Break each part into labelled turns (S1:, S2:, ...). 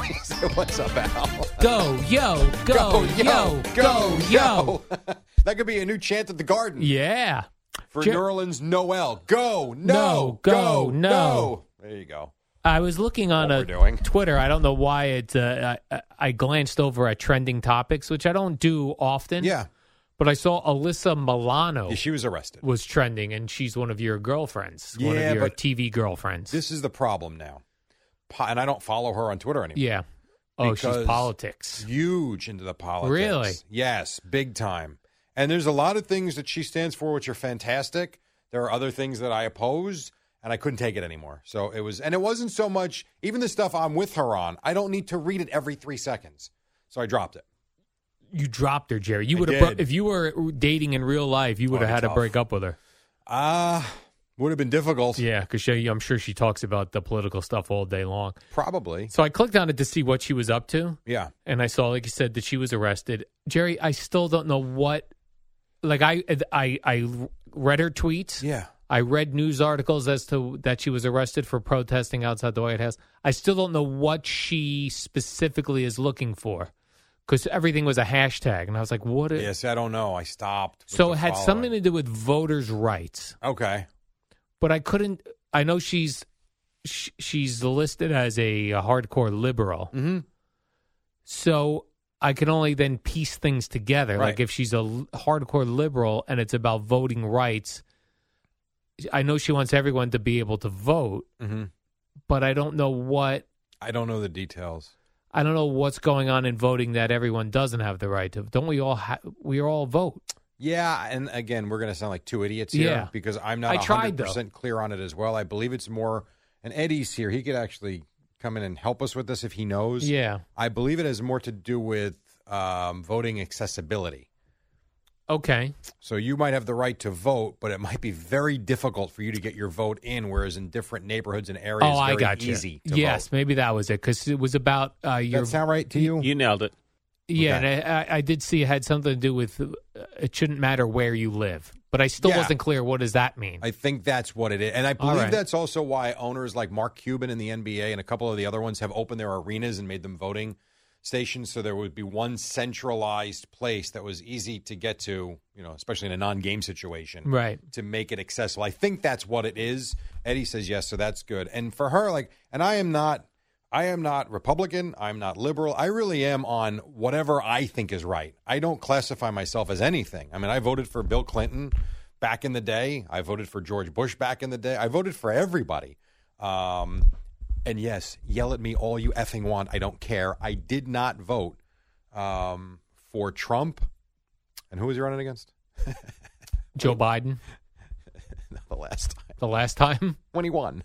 S1: We say what's up, Al?
S2: Go, yo, go, yo, go, yo.
S1: that could be a new chant at the garden
S2: Yeah.
S1: for
S2: Jer-
S1: New Orleans Noel. Go, no,
S2: No, go,
S1: go,
S2: no.
S1: no. There you go.
S2: I was looking on
S1: What
S2: a
S1: we're doing.
S2: Twitter. I don't know why it. Uh, I- I, I glanced over at trending topics, which I don't do often.
S1: Yeah.
S2: But I saw Alyssa Milano
S1: Yeah, She was arrested.
S2: was trending, and she's one of your girlfriends. one
S1: Yeah,
S2: of your
S1: but-
S2: TV girlfriends.
S1: This is the problem now. Po- And I don't follow her on Twitter anymore.
S2: yeah. Oh,
S1: Because-
S2: she's politics.
S1: Huge into the politics.
S2: Really?
S1: Yes, big time. And there's a lot of things that she stands for which are fantastic. There are other things that I oppose, and I couldn't take it anymore. So it was, and it wasn't so much, even the stuff I'm with her on, I don't need to read it every three seconds. So I dropped it.
S2: You dropped her, Jerry. You
S1: I
S2: would have
S1: did.
S2: bro- if you were dating in real life. You would have
S1: it'd be
S2: had to
S1: tough.
S2: break up with her.
S1: Ah, would have been difficult.
S2: Yeah, because I'm sure she talks about the political stuff all day long.
S1: Probably.
S2: So I clicked on it to see what she was up to,
S1: Yeah.
S2: and I saw, like you said, that she was arrested. Jerry, I still don't know what. Like I, I, I read her tweets.
S1: Yeah.
S2: I read news articles as to that she was arrested for protesting outside the White House. I still don't know what she specifically is looking for, because everything was a hashtag, and I was like, "What?" Is,
S1: Yes, I don't know. I stopped. with
S2: Uh, so
S1: the
S2: it had
S1: following.
S2: something to do with voters' rights.
S1: Okay.
S2: but I couldn't. I know she's sh- she's listed as a, a hardcore liberal,
S1: Mhm.
S2: so I can only then piece things together. Like
S1: Right.
S2: if she's a l- hardcore liberal and it's about voting rights, I know she wants everyone to be able to vote,
S1: hmm
S2: but I don't know what
S1: I don't know the details.
S2: I don't know what's going on in voting that everyone doesn't have the right to. Don't we all ha- we all vote?
S1: Yeah, and again, we're going to sound like two idiots here
S2: Yeah.
S1: because I'm
S2: I
S1: not
S2: tried, though.
S1: 100% clear on it as well. I believe it's more, and Eddie's here. He could actually come in and help us with this if he knows.
S2: Yeah.
S1: I believe it has more to do with um, voting accessibility.
S2: Okay.
S1: So you might have the right to vote, but it might be very difficult for you to get your vote in, whereas in different neighborhoods and areas,
S2: oh, I
S1: very
S2: got you.
S1: easy to
S2: yes,
S1: vote.
S2: maybe that was it because it was about uh, your
S1: Does that sound right to you?
S3: You nailed it.
S2: Yeah,
S1: Okay.
S2: and I, I- I did see it had something to do with uh, it shouldn't matter where you live, but I still
S1: Yeah.
S2: wasn't clear what does that mean.
S1: I think that's what it is. And I believe
S2: right.
S1: that's also why owners like Mark Cuban in the NBA and a couple of the other ones have opened their arenas and made them voting stations so there would be one centralized place that was easy to get to, you know, especially in a non-game situation
S2: right.
S1: to make it accessible. I think that's what it is. Eddie says yes, so that's good. And for her, like, and I am not, I am not Republican. I'm not liberal. I really am on whatever I think is right. I don't classify myself as anything. I mean, I voted for Bill Clinton back in the day. I voted for George Bush back in the day. I voted for everybody. Um, and yes, yell at me all you effing want. I don't care. I did not vote um, for Trump. And who was he running against? Oh.
S2: Joe Biden
S1: the last time
S2: the last time.
S1: when he won.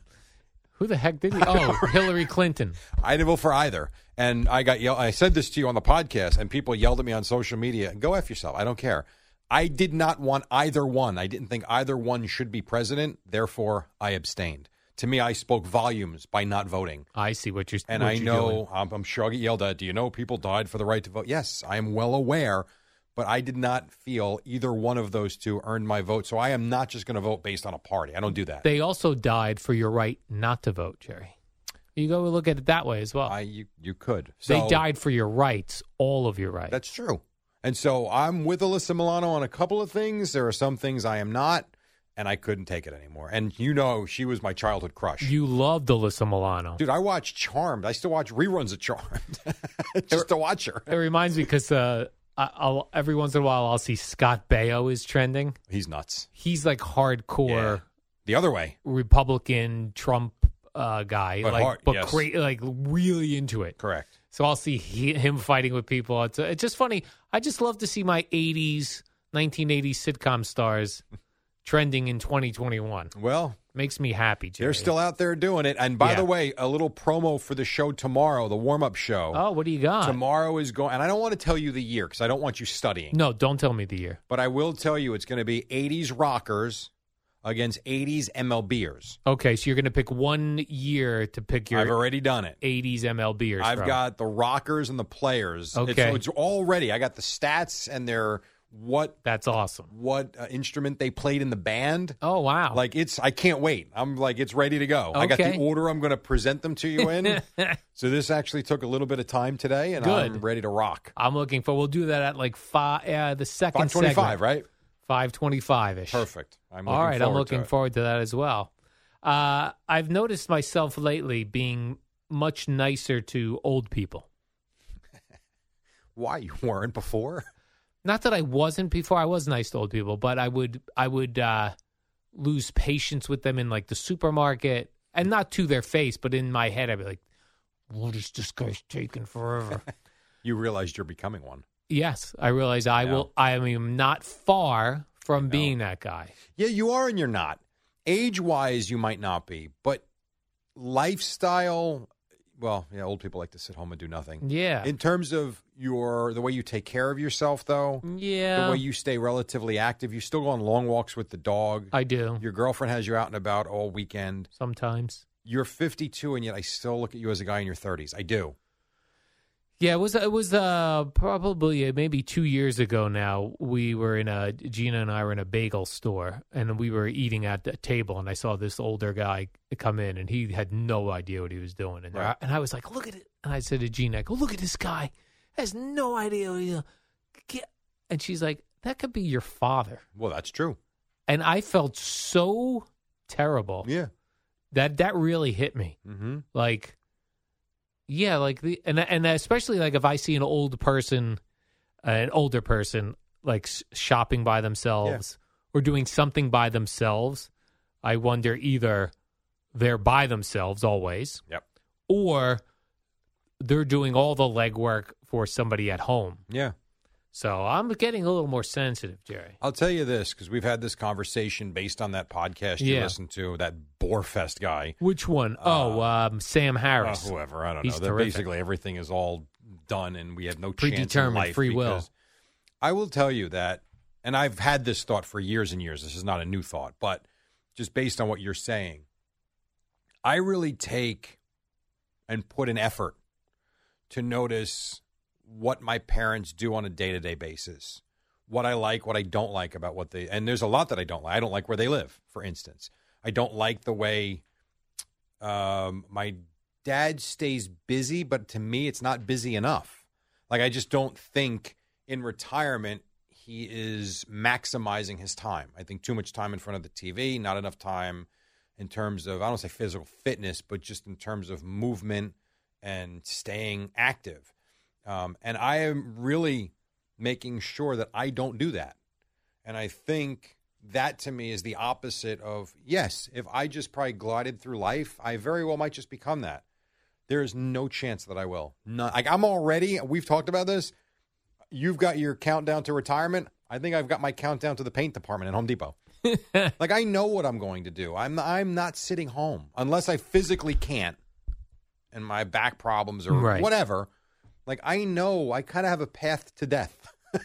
S2: Who the heck did he? Oh, Hillary Clinton.
S1: I didn't vote for either. And I got yelled. I said this to you on the podcast, and people yelled at me on social media. Go f yourself. I don't care. I did not want either one. I didn't think either one should be president. Therefore, I abstained. To me, I spoke volumes by not voting.
S2: I see what you're.
S1: And
S2: what
S1: I
S2: you're doing.
S1: know I'm, I'm sure I get yelled at. Do you know people died for the right to vote? Yes, I am well aware, but I did not feel either one of those two earned my vote. So I am not just going to vote based on a party. I don't do that.
S2: they also died for your right not to vote, Jerry. You go look at it that way as well.
S1: I you, you could.
S2: they
S1: So-
S2: died for your rights, all of your rights.
S1: That's true. And so I'm with Alyssa Milano on a couple of things. There are some things I am not, and I couldn't take it anymore. And you know, she was my childhood crush.
S2: you loved Alyssa Milano.
S1: Dude, I watch Charmed. I still watch reruns of Charmed just to watch her.
S2: It reminds me because uh, I, I'll every once in a while I'll see Scott Baio is trending.
S1: He's nuts.
S2: He's like hardcore
S1: Yeah. The other way.
S2: Republican Trump uh, guy,
S1: But
S2: like
S1: hard-
S2: but
S1: yes.
S2: cra- like really into it.
S1: Correct.
S2: So I'll see he, him fighting with people. It's, it's just funny. I just love to see my 80s, 1980s sitcom stars trending in 2021.
S1: Well,
S2: Makes me happy, Jerry.
S1: they're still out there doing it. And by
S2: Yeah.
S1: the way, a little promo for the show tomorrow, the warm up show.
S2: Oh, what do you got?
S1: Tomorrow is going, and I don't want to tell you the year because I don't want you studying.
S2: No, don't tell me the year.
S1: But I will tell you it's going to be 80s rockers against 80s MLBers.
S2: Okay, so you're going to pick one year to pick your
S1: I've already done it.
S2: 80s MLB or
S1: I've got the rockers and the players. It's,
S2: Okay.
S1: so it's already. I got the stats and their what
S2: That's awesome.
S1: what uh, instrument they played in the band.
S2: Oh, wow.
S1: Like it's, I can't wait. I'm like, it's ready to go. I got
S2: Okay.
S1: the order. I'm going to present them to you in. so this actually took a little bit of time today, and I'm
S2: Good.
S1: ready to rock.
S2: I'm looking for. We'll do that at like five. Uh, the second
S1: Five twenty-five, right?
S2: 525 ish.
S1: Perfect. I'm looking
S2: All right, I'm
S1: forward
S2: looking
S1: to it.
S2: forward to that as well. Uh, I've noticed myself lately being much nicer to old people.
S1: Why you weren't before?
S2: Not that I wasn't before; I was nice to old people, but I would I would uh, lose patience with them in like the supermarket, and not to their face, but in my head, I'd be like, "What is this guy's taking forever?"
S1: You realized you're becoming one.
S2: yes, I realize I
S1: Yeah.
S2: will. I am not far from being that guy.
S1: Yeah, you are, and you're not. Age wise, you might not be, but lifestyle. Well, yeah, old people like to sit home and do nothing.
S2: Yeah,
S1: In terms of your the way you take care of yourself, though,
S2: yeah,
S1: the way you stay relatively active, you still go on long walks with the dog.
S2: I do
S1: Your girlfriend has you out and about all weekend.
S2: sometimes.
S1: You're 52, and yet I still look at you as a guy in your 30s. I do.
S2: Yeah, it was it was uh, probably uh, maybe two years ago now. We were in a Gina and I were in a bagel store, and we were eating at the table, and I saw this older guy come in, and he had no idea what he was doing, and
S1: Right.
S2: I, and I was like, "Look at it!" And I said to Gina, "I go, look at this guy, has no idea." What he's doing. Get-" And she's like, "That could be your father,"
S1: Well, that's true.
S2: and I felt so terrible
S1: Yeah.
S2: that that really hit me
S1: Mm-hmm.
S2: like yeah like the and and especially like if i see an old person uh, an older person like s- shopping by themselves or doing something by themselves i wonder either they're by themselves always
S1: Yep.
S2: or they're doing all the legwork for somebody at home
S1: Yeah.
S2: so i'm getting a little more sensitive jerry
S1: I'll tell you this because we've had this conversation based on that podcast you
S2: Yeah.
S1: listened to, that Boarfest guy.
S2: which one? oh um, sam
S1: Uh,
S2: harris
S1: whoever, I don't
S2: He's
S1: know. That
S2: terrific.
S1: basically everything is all done and we have no chance in
S2: Predetermined
S1: life
S2: free will.
S1: because- I will tell you that, and I've had this thought for years and years. This is not a new thought, but just based on what you're saying, I really take and put an effort to notice what my parents do on a day to day basis, what I like, what I don't like about what they, and there's a lot that I don't like. I don't like where they live, for instance. I don't like the way um, my dad stays busy, but to me, it's not busy enough. Like, I just don't think in retirement he is maximizing his time. I think too much time in front of the TV, not enough time in terms of, I don't say physical fitness, but just in terms of movement and staying active. Um, and I am really making sure that I don't do that. And I think that to me is the opposite of yes, if I just probably glided through life, I very well might just become that. There is no chance that I will. None. Like I'm already, we've talked about this. You've got your countdown to retirement. I think I've got my countdown to the paint department at Home Depot. like I know what I'm going to do. I'm I'm not sitting home unless I physically can't and my back problems or
S2: Right.
S1: whatever. Like I know I kind of have a path to death.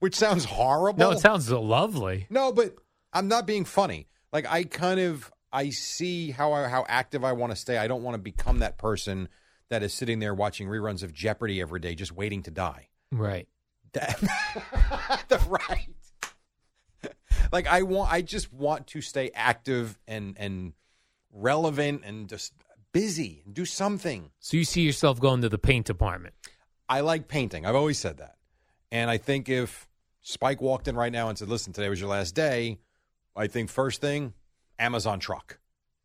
S1: Which sounds horrible.
S2: no it sounds lovely
S1: No, but I'm not being funny. Like I kind of I see how I, how active I want to stay. I don't want to become that person that is sitting there watching reruns of Jeopardy every day, just waiting to die.
S2: right
S1: That, the right. Like I want, I just want to stay active and and relevant and just busy and do something.
S2: so you see yourself going to the paint department
S1: I like painting. I've always said that. And I think if Spike walked in right now and said, listen, today was your last day, I think first thing, Amazon truck.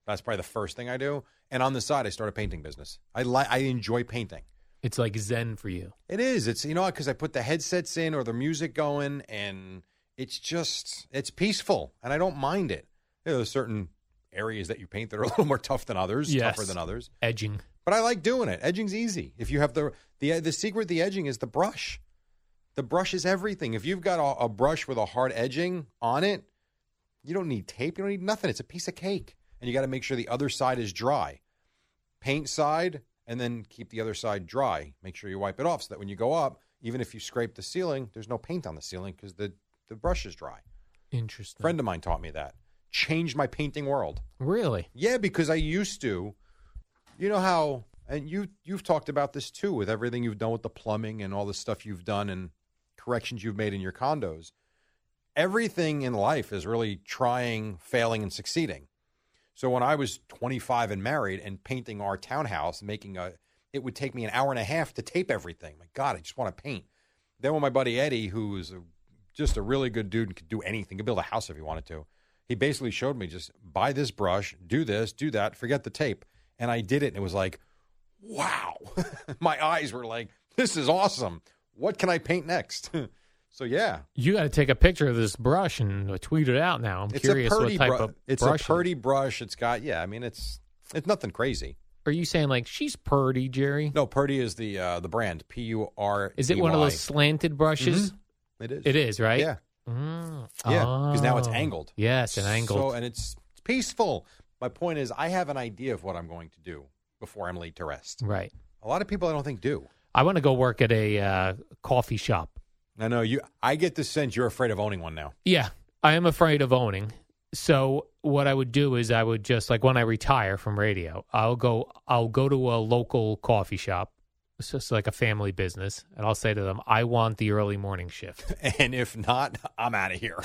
S1: That's probably the first thing I do. And on the side, I start a painting business. I like I enjoy painting.
S2: It's like Zen for you.
S1: It is. It's you know because I put the headsets in or the music going, and it's just it's peaceful, and I don't mind it. There are certain areas that you paint that are a little more tough than others,
S2: Yes.
S1: tougher than others.
S2: Edging.
S1: But I like doing it. Edging's easy. If you have the the the secret, the edging is the brush. The brush is everything. If you've got a, a brush with a hard edging on it, you don't need tape. You don't need nothing. It's a piece of cake, and you got to make sure the other side is dry. Paint side, and then keep the other side dry. Make sure you wipe it off so that when you go up, even if you scrape the ceiling, there's no paint on the ceiling because the the brush is dry.
S2: Interesting.
S1: friend of mine taught me that. Changed my painting world.
S2: Really?
S1: Yeah, because I used to. You know how, and you you've talked about this too with everything you've done with the plumbing and all the stuff you've done and corrections you've made in your condos. Everything in life is really trying, failing, and succeeding. So when I was 25 and married and painting our townhouse, making a, it would take me an hour and a half to tape everything. My God, I just want to paint. Then when my buddy Eddie, who is a, just a really good dude and could do anything, could build a house if he wanted to, he basically showed me just buy this brush, do this, do that, forget the tape. And I did it, and it was like, wow. my eyes were like, this is awesome. What can I paint next? so yeah,
S2: You got to take a picture of this brush and uh, tweet it out now. I'm
S1: it's a
S2: curious what
S1: Purdy
S2: type
S1: brush.
S2: of
S1: It's
S2: brush.
S1: a
S2: it-
S1: Purdy brush. It's got yeah. I mean, it's it's nothing crazy.
S2: Are you saying like she's purdy, Jerry?
S1: No, Purdy is the uh, the brand. P U R.
S2: Is it one of those slanted brushes?
S1: It is.
S2: It is, right?
S1: Mm-hmm. Yeah,
S2: Mm.
S1: yeah. Because now it's
S2: Oh.
S1: angled.
S2: Yes, an angle.
S1: So, and it's it's peaceful. My point is, I have an idea of what I'm going to do before I'm laid to rest.
S2: right.
S1: A lot of people I don't think do.
S2: I want to go work at a uh, coffee shop.
S1: I know you. I get the sense you're afraid of owning one now.
S2: Yeah, I am afraid of owning. So what I would do is I would just like when I retire from radio, I'll go I'll go to a local coffee shop. It's just like a family business, and I'll say to them, "I want the early morning shift.
S1: And if not, I'm out of here.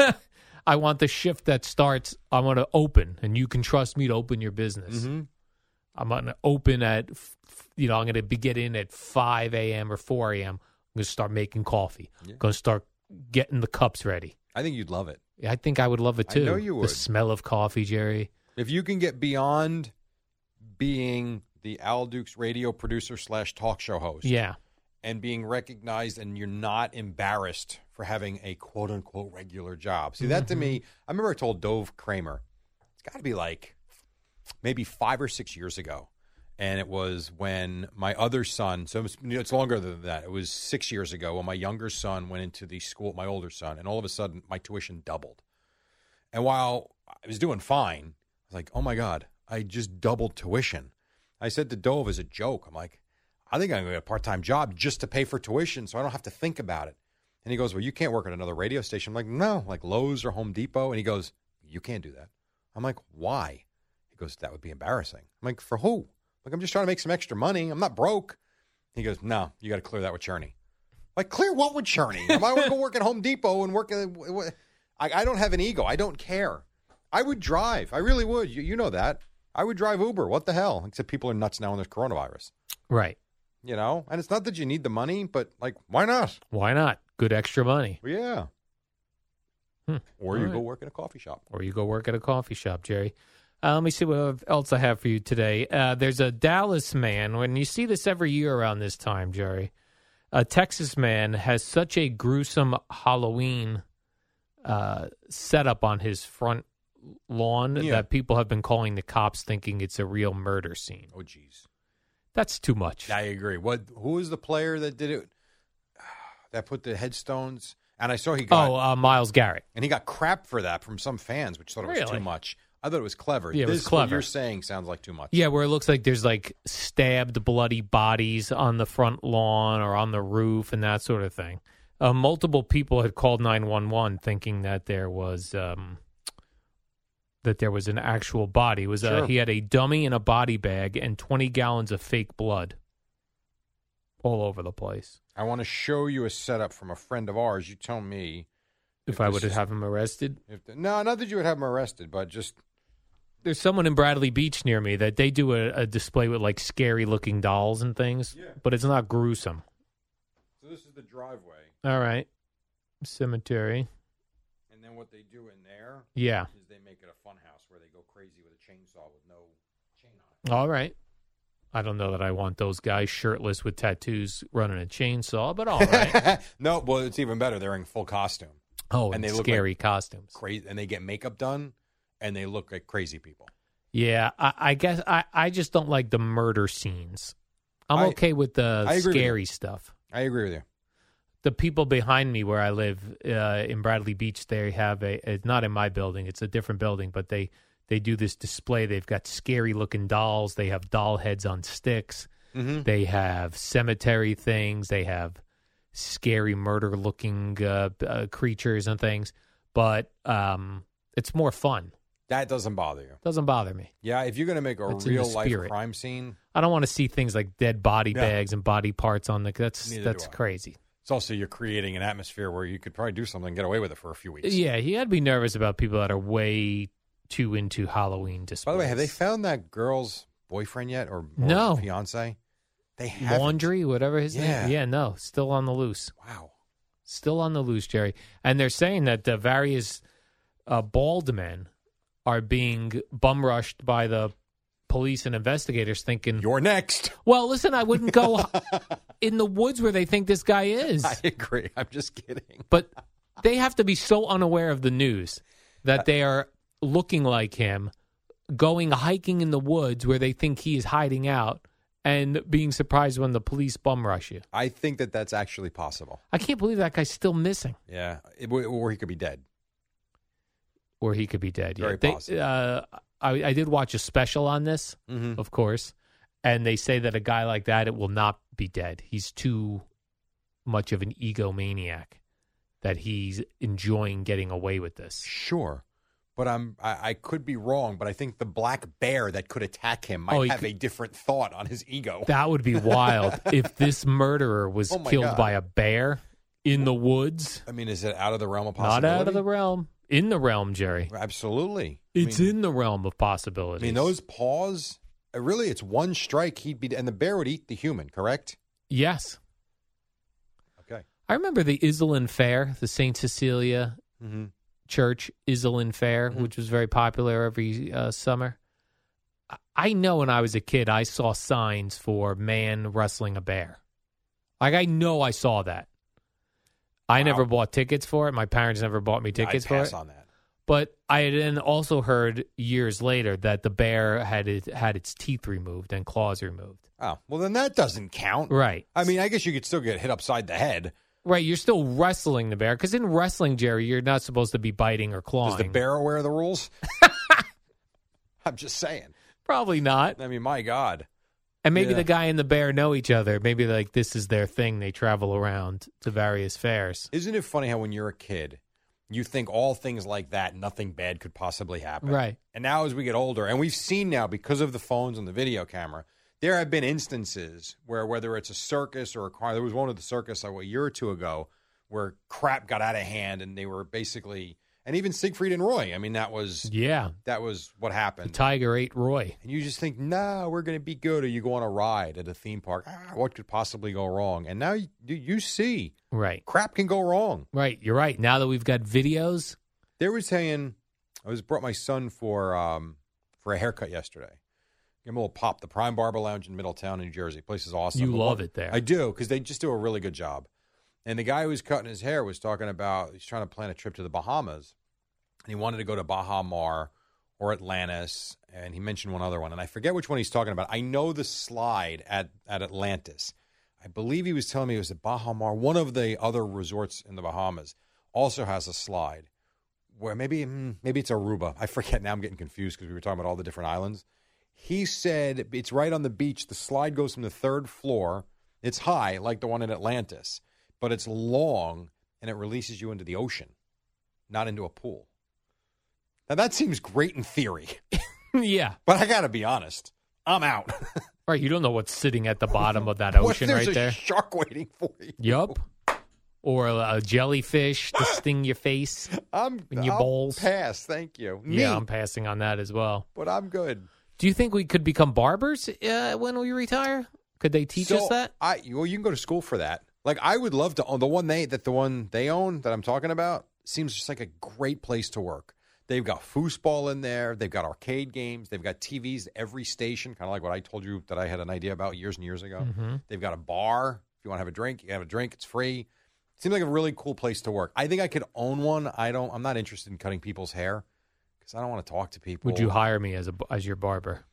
S2: I want the shift that starts. I want to open, and you can trust me to open your business. I'm going to open at, f- f- you know, I'm going to be get in at 5 a.m. or 4 a.m. I'm going to start making coffee. I'm going to start getting the cups ready.
S1: I think you'd love it
S2: I think I would love it
S1: I
S2: too.
S1: know you would.
S2: The smell of coffee, Jerry.
S1: if you can get beyond being the Al Dukes radio producer slash talk show host.
S2: Yeah.
S1: and being recognized and you're not embarrassed for having a quote unquote regular job. See, that to me, I remember I told Dove Kramer, it's got to be like maybe five or six years ago. And it was when my other son, so it's, you know, it's longer than that. It was six years ago when my younger son went into the school, my older son, and all of a sudden my tuition doubled. And while I was doing fine, I was like, oh my God, I just doubled tuition. I said to Dove as a joke, I'm like, I think I'm going to get a part time job just to pay for tuition so I don't have to think about it. And he goes, Well, you can't work at another radio station. I'm like, No, like Lowe's or Home Depot. And he goes, You can't do that. I'm like, Why? He goes, That would be embarrassing. I'm like, For who? Like, I'm just trying to make some extra money. I'm not broke. He goes, No, you got to clear that with Cherney. Like, clear what with Cherney? Am I going to go work at Home Depot and work at. wh- wh- I, I don't have an ego. I don't care. I would drive. I really would. You, you know that. I would drive Uber. What the hell? Except people are nuts now when there's coronavirus
S2: Right.
S1: you know and it's not that you need the money but like why not
S2: Why not? Good extra money.
S1: Well, yeah
S2: Hmm.
S1: or you
S2: All
S1: go
S2: right.
S1: work in a coffee shop
S2: Or you go work at a coffee shop, Jerry. Uh, let me see what else I have for you today. Uh, there's a Dallas man. When you see this every year around this time, Jerry, a Texas man has such a gruesome Halloween uh, setup on his front lawn
S1: Yeah.
S2: that people have been calling the cops thinking it's a real murder scene.
S1: oh jeez
S2: That's too much.
S1: i agree what who was the player that did it that put the headstones and i saw he got
S2: oh, uh, Miles Garrett.
S1: and he got crap for that from some fans which thought it was
S2: Really?
S1: too much i thought it was clever
S2: Yeah, it
S1: this
S2: was
S1: what
S2: clever.
S1: you're saying sounds like too much
S2: Yeah, where it looks like there's like stabbed, bloody bodies on the front lawn or on the roof and that sort of thing. Uh, multiple people had called nine one one thinking that there was um, that there was an actual body. It was uh,
S1: Sure.
S2: he had a dummy in a body bag and twenty gallons of fake blood all over the place.
S1: i want to show you a setup from a friend of ours you tell me
S2: If
S1: If
S2: I
S1: this
S2: would
S1: is-
S2: have him arrested,
S1: if the, no not that you would have him arrested but just
S2: there's someone in Bradley Beach near me that they do a, a display with like scary looking dolls and things,
S1: Yeah.
S2: but it's not gruesome.
S1: so this is the driveway
S2: All right. Cemetery.
S1: and then what they do in there
S2: Yeah.
S1: is they make it a fun house where they go crazy with a chainsaw with no chain on it.
S2: All right. I don't know that I want those guys shirtless with tattoos running a chainsaw, but all right.
S1: no, well, it's even better. They're in full costume,
S2: Oh,
S1: And
S2: and,
S1: they look
S2: scary costumes.
S1: crazy, and they get makeup done, and they look like crazy people.
S2: Yeah, I, I guess I, I just don't like the murder scenes. I'm
S1: I-
S2: okay with the
S1: I agree with
S2: scary stuff.
S1: I agree with you.
S2: The people behind me where I live uh, in Bradley Beach, they have a, it's not in my building, it's a different building, but they, they do this display. They've got scary looking dolls. They have doll heads on sticks.
S1: Mm-hmm.
S2: They have cemetery things. They have scary murder looking uh, uh, creatures and things. But um, it's more fun.
S1: That doesn't bother you.
S2: Doesn't bother me.
S1: Yeah, if you're going to make a
S2: That's in the
S1: real life
S2: spirit.
S1: crime scene,
S2: I don't want to see things like dead body
S1: No.
S2: bags and body parts on the. That's
S1: Neither do
S2: that's
S1: I.
S2: crazy.
S1: it's also you're creating an atmosphere where you could probably do something and get away with it for a few weeks.
S2: Yeah, you got to be nervous about people that are way too into Halloween displays.
S1: By the way, have they found that girl's boyfriend yet or, or
S2: No.
S1: fiance? They have
S2: laundry, whatever his
S1: Yeah.
S2: name? Yeah, no, still on the loose.
S1: Wow.
S2: still on the loose, Jerry. And they're saying that the various uh, bald men are being bum rushed by the police and investigators, thinking,
S1: You're next.
S2: "Well, listen, I wouldn't go in the woods where they think this guy is."
S1: I agree. I'm just kidding.
S2: But they have to be so unaware of the news that they are looking like him, going hiking in the woods where they think he is hiding out, and being surprised when the police bum rush you.
S1: I think that that's actually possible.
S2: I can't believe that guy's still missing.
S1: Yeah. It- or he could be dead.
S2: or he could be dead.
S1: Very
S2: yeah. They,
S1: possible.
S2: uh, I, I did watch a special on this,
S1: Mm-hmm.
S2: of course, and they say that a guy like that it will not be dead. He's too much of an egomaniac that he's enjoying getting away with this.
S1: Sure. But I'm I, I could be wrong, but I think the black bear that could attack him might
S2: Oh, he
S1: have
S2: could-
S1: a different thought on his ego.
S2: That would be wild if this murderer was
S1: Oh, my
S2: killed
S1: God.
S2: by a bear in the woods.
S1: I mean, is it out of the realm of
S2: Not
S1: possibility?
S2: out of the realm. In the realm, Jerry.
S1: Absolutely.
S2: It's
S1: I mean,
S2: in the realm of
S1: I
S2: possibilities.
S1: mean, those paws. uh, Really, it's one strike. He'd be, and the bear would eat the human. Correct.
S2: Yes.
S1: Okay.
S2: I remember the Islin Fair, the St. Cecilia
S1: Mm-hmm.
S2: church Islin Fair, which was very popular every uh, summer. I- I know when I was a kid, I saw signs for man wrestling a bear. Like I know I saw that. I
S1: Wow.
S2: never bought tickets for it. My parents never bought me tickets
S1: I'd
S2: for
S1: pass
S2: it.
S1: on that.
S2: But I had then also heard years later that the bear had it, had its teeth removed and claws removed.
S1: Oh well, then that doesn't count.
S2: Right.
S1: I mean, I guess you could still get hit upside the head.
S2: Right. You're still wrestling the bear because in wrestling, Jerry, you're not supposed to be biting or clawing.
S1: Is the bear aware of the rules? I'm just saying.
S2: Probably not.
S1: I mean, my God.
S2: And maybe
S1: Yeah.
S2: the guy and the bear know each other. Maybe like this is their thing. They travel around to various fairs.
S1: Isn't it funny how when you're a kid, you think all things like that, nothing bad could possibly happen.
S2: Right.
S1: And now as we get older, and we've seen now because of the phones and the video camera, there have been instances where whether it's a circus or a car, there was one at the circus like a year or two ago where crap got out of hand and they were basically and even Siegfried and Roy. I mean, that was
S2: Yeah.
S1: that was what
S2: The
S1: happened.
S2: tiger ate Roy.
S1: And you just think, nah, we're going to be good. Or you go on a ride at a theme park. Ah, what could possibly go wrong? And now you, you see
S2: Right.
S1: crap can go wrong.
S2: Right. You're right. Now that we've got videos,
S1: They were saying I was brought my son for um for a haircut yesterday. Give him a little pop. The Prime Barber Lounge in Middletown, New Jersey. Place is awesome.
S2: You
S1: The
S2: love
S1: one-
S2: it there.
S1: I do because they just do a really good job. And the guy who was cutting his hair was talking about he's trying to plan a trip to the Bahamas, and he wanted to go to Baja Mar or Atlantis, and he mentioned one other one, and I forget which one he's talking about. I know the slide at at Atlantis. I believe he was telling me it was at Baja Mar, one of the other resorts in the Bahamas, also has a slide where maybe mm, maybe it's Aruba. I forget now. I'm getting confused because we were talking about all the different islands. He said it's right on the beach. The slide goes from the third floor. It's high, like the one in Atlantis, but it's long and it releases you into the ocean, not into a pool. Now that seems great in theory,
S2: yeah.
S1: but I got to be honest. I'm out.
S2: Right. You don't know what's sitting at the bottom of that
S1: what if
S2: ocean
S1: there's
S2: right
S1: a
S2: there.
S1: shark waiting for you?
S2: yup. Or a, a jellyfish to sting your face.
S1: I'm
S2: In your
S1: I'll
S2: balls.
S1: Pass, thank you. Me,
S2: Yeah, I'm passing on that as well.
S1: but I'm good.
S2: Do you think we could become barbers uh, when we retire? Could they teach
S1: So,
S2: us that?
S1: I well, you can go to school for that. Like I would love to own the one they that the one they own that I'm talking about seems just like a great place to work. They've got foosball in there. They've got arcade games. They've got TVs at every station, kind of like what I told you that I had an idea about years and years ago.
S2: Mm-hmm.
S1: They've got a bar. If you want to have a drink, you can have a drink. It's free. Seems like a really cool place to work. I think I could own one. I don't. I'm not interested in cutting people's hair because I don't want to talk to people.
S2: Would you hire me as a as your barber?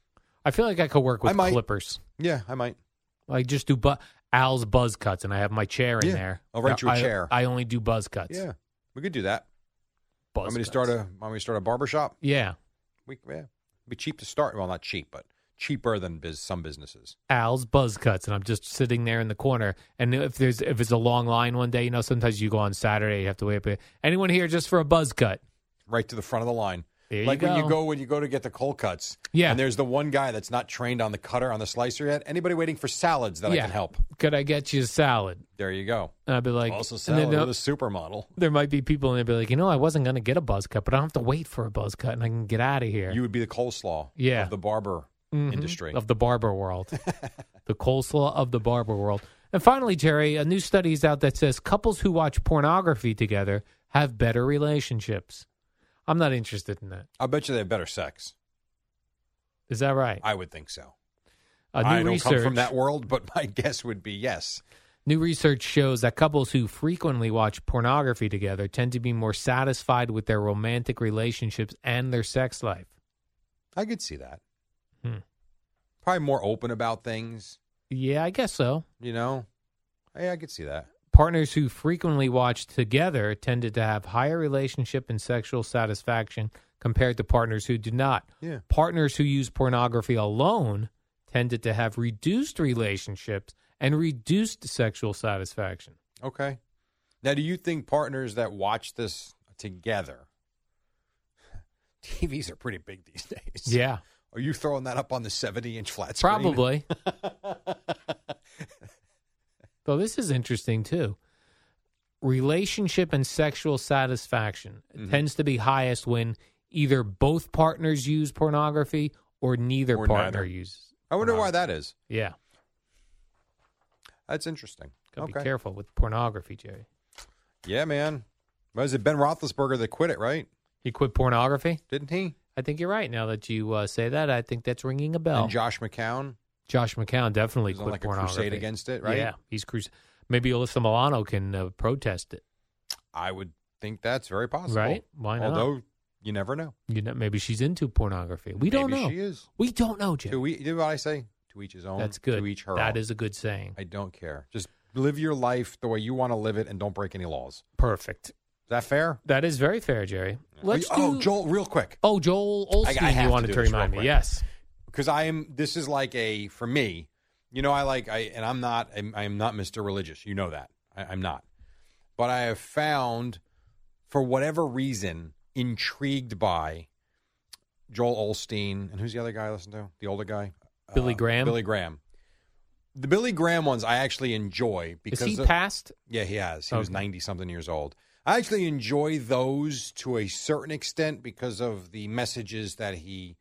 S2: I feel like I could work
S1: I
S2: with
S1: might.
S2: clippers.
S1: Yeah, I might.
S2: Like just do bu- Al's buzz cuts, and I have my chair in
S1: Yeah.
S2: there.
S1: I'll rent you a
S2: I-
S1: chair.
S2: I only do buzz cuts.
S1: Yeah, we could do that.
S2: buzz
S1: I'm going to
S2: cuts.
S1: start a. I'm going to start a barber shop.
S2: yeah.
S1: We yeah, be cheap to start. Well, not cheap, but cheaper than biz, some businesses.
S2: Al's buzz cuts, and I'm just sitting there in the corner. And if there's if it's a long line one day, you know, sometimes you go on Saturday, you have to wait. But anyone here just for a buzz cut?
S1: Right to the front of the line.
S2: There you
S1: like when you
S2: go.
S1: go when you go to get the cold cuts.
S2: Yeah.
S1: And there's the one guy that's not trained on the cutter on the slicer yet. Anybody waiting for salads that I
S2: Yeah.
S1: can help?
S2: Could I get you a salad?
S1: There you go.
S2: And I'd be like,
S1: also,
S2: and
S1: salad
S2: then
S1: with
S2: they'll-
S1: a supermodel.
S2: there might be people, and they'd be like, you know, I wasn't going to get a buzz cut, but I don't have to wait for a buzz cut, and I can get out of here.
S1: You would be the coleslaw.
S2: Yeah.
S1: Of the barber
S2: Mhm.
S1: industry.
S2: of the barber world, the coleslaw of the barber world. And finally, Jerry, a new study is out that says couples who watch pornography together have better relationships. I'm not interested in that.
S1: I bet you they have better sex.
S2: Is that right?
S1: I would think so.
S2: A new
S1: I don't
S2: research
S1: come from that world, but my guess would be yes.
S2: new research shows that couples who frequently watch pornography together tend to be more satisfied with their romantic relationships and their sex life.
S1: I could see that.
S2: Hmm.
S1: Probably more open about things.
S2: Yeah, I guess so.
S1: You know, hey, I could see that.
S2: Partners who frequently watch together tended to have higher relationship and sexual satisfaction compared to partners who do not.
S1: Yeah.
S2: Partners who use pornography alone tended to have reduced relationships and reduced sexual satisfaction.
S1: Okay. Now, do you think partners that watch this together? TVs are pretty big these days.
S2: Yeah,
S1: Are you throwing that up on the seventy-inch flat screen?
S2: probably. Though this is interesting too. Relationship and sexual satisfaction
S1: Mm-hmm.
S2: tends to be highest when either both partners use pornography or neither
S1: Or
S2: partner
S1: neither.
S2: uses.
S1: I wonder
S2: Uh-huh.
S1: why that is.
S2: Yeah.
S1: That's interesting.
S2: Gotta
S1: okay.
S2: be careful with pornography, Jerry.
S1: Yeah, man. Was it Ben Roethlisberger that quit it? Right?
S2: You quit pornography?
S1: Didn't he?
S2: I think you're right. Now that you uh, say that, I think that's ringing a bell.
S1: And Josh McCown
S2: Josh McCown definitely
S1: was
S2: quit
S1: on like a
S2: pornography.
S1: crusade against it, right?
S2: Yeah, he's crus. Maybe Alyssa Milano can uh, protest it,
S1: I would think that's very possible.
S2: right? Why not?
S1: Although you never know.
S2: you know, maybe she's into pornography. We don't
S1: Maybe
S2: know.
S1: She is.
S2: We don't know,
S1: To
S2: Jerry.
S1: each, you know what I say? To each his own.
S2: That's good.
S1: To each her
S2: That
S1: own.
S2: is a good saying.
S1: I don't care. Just live your life the way you want to live it and don't break any laws. Is
S2: Perfect.
S1: that fair?
S2: That is very fair, Jerry. Let's
S1: Are you- oh,
S2: do-
S1: Joel, real quick.
S2: Oh, Joel
S1: I- I
S2: Olstein.
S1: have
S2: you
S1: to
S2: wanted
S1: do
S2: to,
S1: this real
S2: remind me?
S1: quick.
S2: Yes.
S1: Because I am, this is like a, for me, you know, I like, I and I'm not, I'm, I'm not Mr. Religious. You know that. I, I'm not. But I have found, for whatever reason, intrigued by Joel Olstein. And who's the other guy I listen to? The older guy?
S2: Billy
S1: Uh,
S2: Graham?
S1: Billy Graham. The Billy Graham ones I actually enjoy because uh,
S2: Is he
S1: of-
S2: passed?
S1: Yeah, he has. He was
S2: Okay.
S1: 90 something years old. I actually enjoy those to a certain extent because of the messages that he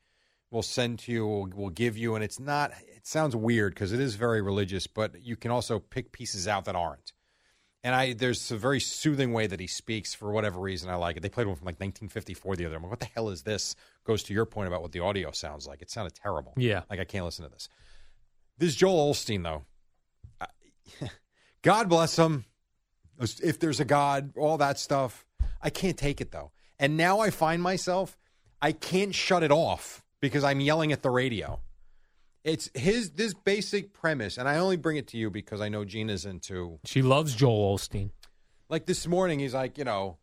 S1: will send to you, will, will give you. And it's not, it sounds weird because it is very religious, but you can also pick pieces out that aren't. And I, there's a very soothing way that he speaks for whatever reason. I like it. They played one from like 1954 the other. I'm like, what the hell is this? Goes to your point about what the audio sounds like. It sounded terrible.
S2: Yeah.
S1: Like I can't listen to this. This Joel Olstein though, I- God bless him. If there's a God, all that stuff. I can't take it though. And now I find myself, I can't shut it off because I'm yelling at the radio. It's his this basic premise, and I only bring it to you because I know Gina's into
S2: She loves Joel Olstein.
S1: like this morning, he's like, you know,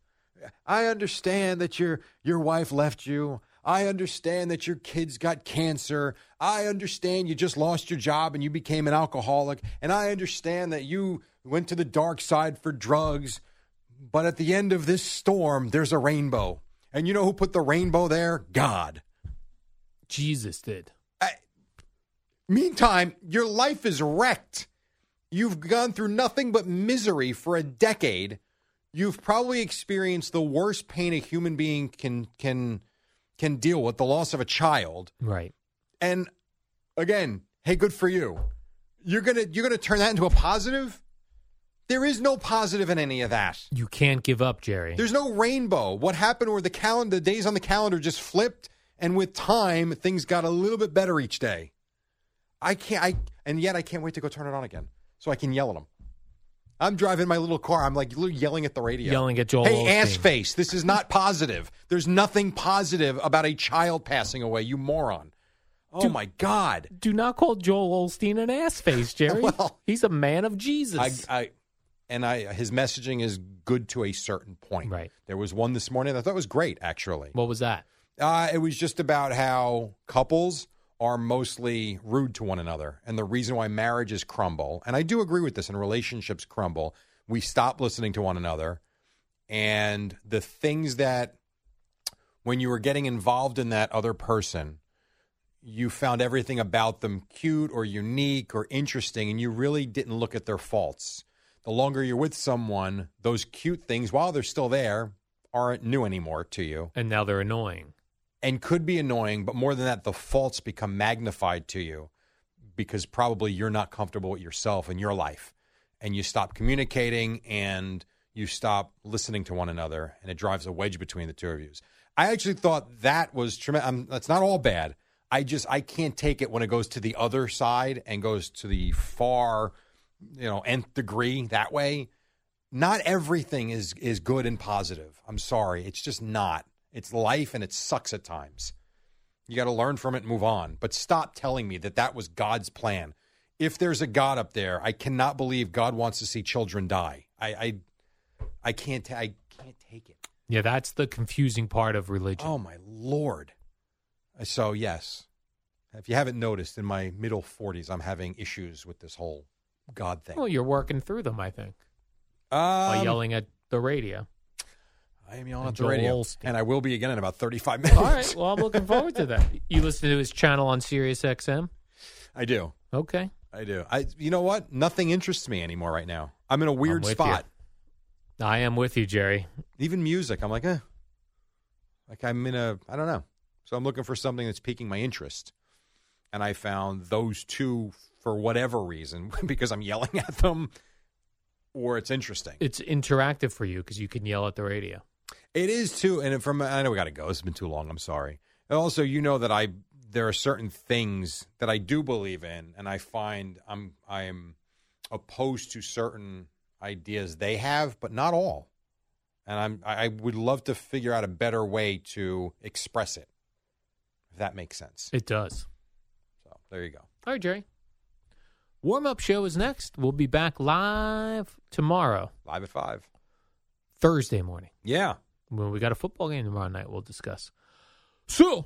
S1: I understand that your your wife left you. I understand that your kids got cancer. I understand you just lost your job and you became an alcoholic. And I understand that you went to the dark side for drugs. But at the end of this storm, there's a rainbow. And you know who put the rainbow there? God.
S2: Jesus did.
S1: Meantime, your life is wrecked. You've gone through nothing but misery for a decade. You've probably experienced the worst pain a human being can can can deal with, the loss of a child.
S2: Right.
S1: And again, hey, good for you. You're gonna you're gonna turn that into a positive? There is no positive in any of that.
S2: You can't give up, Jerry.
S1: There's no rainbow. What happened were the calendar the days on the calendar just flipped and with time things got a little bit better each day. I can't I and yet I can't wait to go turn it on again so I can yell at them. I'm driving my little car. I'm like literally yelling at the radio.
S2: Yelling at Joel
S1: Hey,
S2: Osteen.
S1: ass face, this is not positive. There's nothing positive about a child passing away, you moron. Oh my God.
S2: Do not call Joel Olstein an ass face, Jerry.
S1: Well-
S2: He's a man of Jesus.
S1: I, I and I his messaging is good to a certain point.
S2: Right.
S1: There was one this morning that I thought was great, actually.
S2: what was that?
S1: Uh, it was just about how couples are mostly rude to one another and the reason why marriages crumble. And I do agree with this and relationships crumble. We stop listening to one another. And the things that, when you were getting involved in that other person, you found everything about them cute or unique or interesting, and you really didn't look at their faults. The longer you're with someone, those cute things, while they're still there, aren't new anymore to you
S2: And now they're annoying.
S1: and could be annoying, but more than that, the faults become magnified to you because probably you're not comfortable with yourself and your life. And you stop communicating and you stop listening to one another, and it drives a wedge between the two of you. I actually thought that was tremendous. That's not all bad. I just I can't take it when it goes to the other side and goes to the far, you know, nth degree that way not everything is is good and positive. I'm sorry, it's just not. It's life and it sucks at times. You got to learn from it and move on. But stop telling me that that was God's plan. If there's a God up there, I cannot believe God wants to see children die. I I, I can't ta- I can't take it.
S2: Yeah, that's the confusing part of religion.
S1: Oh my lord. Uh, So yes. If you haven't noticed in my middle 40s, I'm having issues with this whole God thing.
S2: well, you're working through them, I think, by
S1: Um,
S2: yelling at the radio.
S1: I am yelling
S2: And
S1: at the
S2: Joel
S1: radio,
S2: Olstein.
S1: and I will be again in about 35 minutes.
S2: All right. Well, I'm looking forward to that. You listen to his channel on Sirius XM?
S1: I do.
S2: Okay.
S1: I do. I. You know what? Nothing interests me anymore right now. I'm in a weird
S2: with
S1: spot.
S2: I am with you, Jerry.
S1: Even music, I'm like, eh. Like I'm in a. I don't know. So I'm looking for something that's piquing my interest, and I found those two for whatever reason because I'm yelling at them, or it's interesting.
S2: It's interactive for you because you can yell at the radio.
S1: It is too, and from I know we got to go. It's been too long. I'm sorry. And also, you know that I there are certain things that I do believe in, and I find I'm I'm opposed to certain ideas they have, but not all. And I'm I I would love to figure out a better way to express it, if that makes sense.
S2: It does.
S1: So there you go.
S2: All right, Jerry. Warm up show is next. We'll be back live tomorrow,
S1: Live at five.
S2: Thursday morning.
S1: Yeah.
S2: When we got a football game tomorrow night, we'll discuss. So,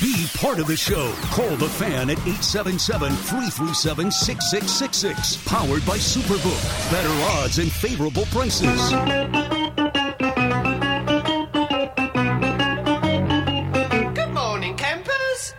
S4: Be part of the show. Call the fan at 877 337 6666. Powered by Superbook. Better odds and favorable prices.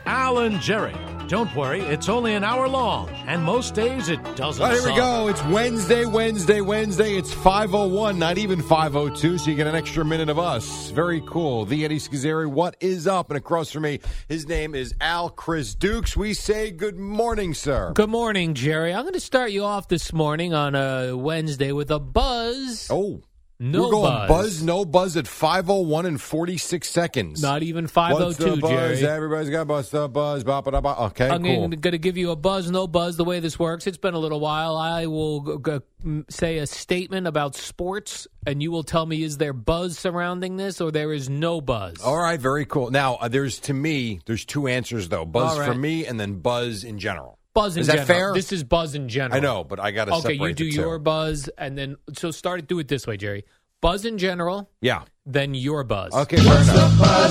S5: Alan Jerry. Don't worry, it's only an hour long, and most days it doesn't.
S1: All right, here we
S5: suck.
S1: go. It's Wednesday, Wednesday, Wednesday. It's 501, not even 502, so you get an extra minute of us. Very cool. The Eddie Schizzeri, what is up? And across from me, his name is Al Chris Dukes. We say good morning, sir.
S2: good morning, Jerry. I'm going to start you off this morning on a Wednesday with a buzz.
S1: Oh,
S2: no
S1: we're going
S2: buzz.
S1: no buzz at 501 and 46 seconds.
S2: Not even
S1: What's the
S2: 502,
S1: buzz?
S2: Jerry.
S1: Everybody's got buzz, the buzz, bop, bop, bop. Okay,
S2: I'm
S1: cool.
S2: going to give you a buzz, no buzz, the way this works. It's been a little while. I will g- g- m- say a statement about sports, and you will tell me is there buzz surrounding this or there is no buzz.
S1: All right, very cool. Now, uh, there's to me, there's two answers though: buzz
S2: All right.
S1: for me, and then buzz in general.
S2: Buzz in
S1: Is
S2: general.
S1: that fair?
S2: This is buzz in general.
S1: I know, but I got to
S2: Okay,
S1: separate
S2: you do
S1: the two.
S2: your buzz, and then so start it. Do it this way, Jerry. Buzz in general,
S1: yeah.
S2: then your buzz.
S1: Okay, fair enough.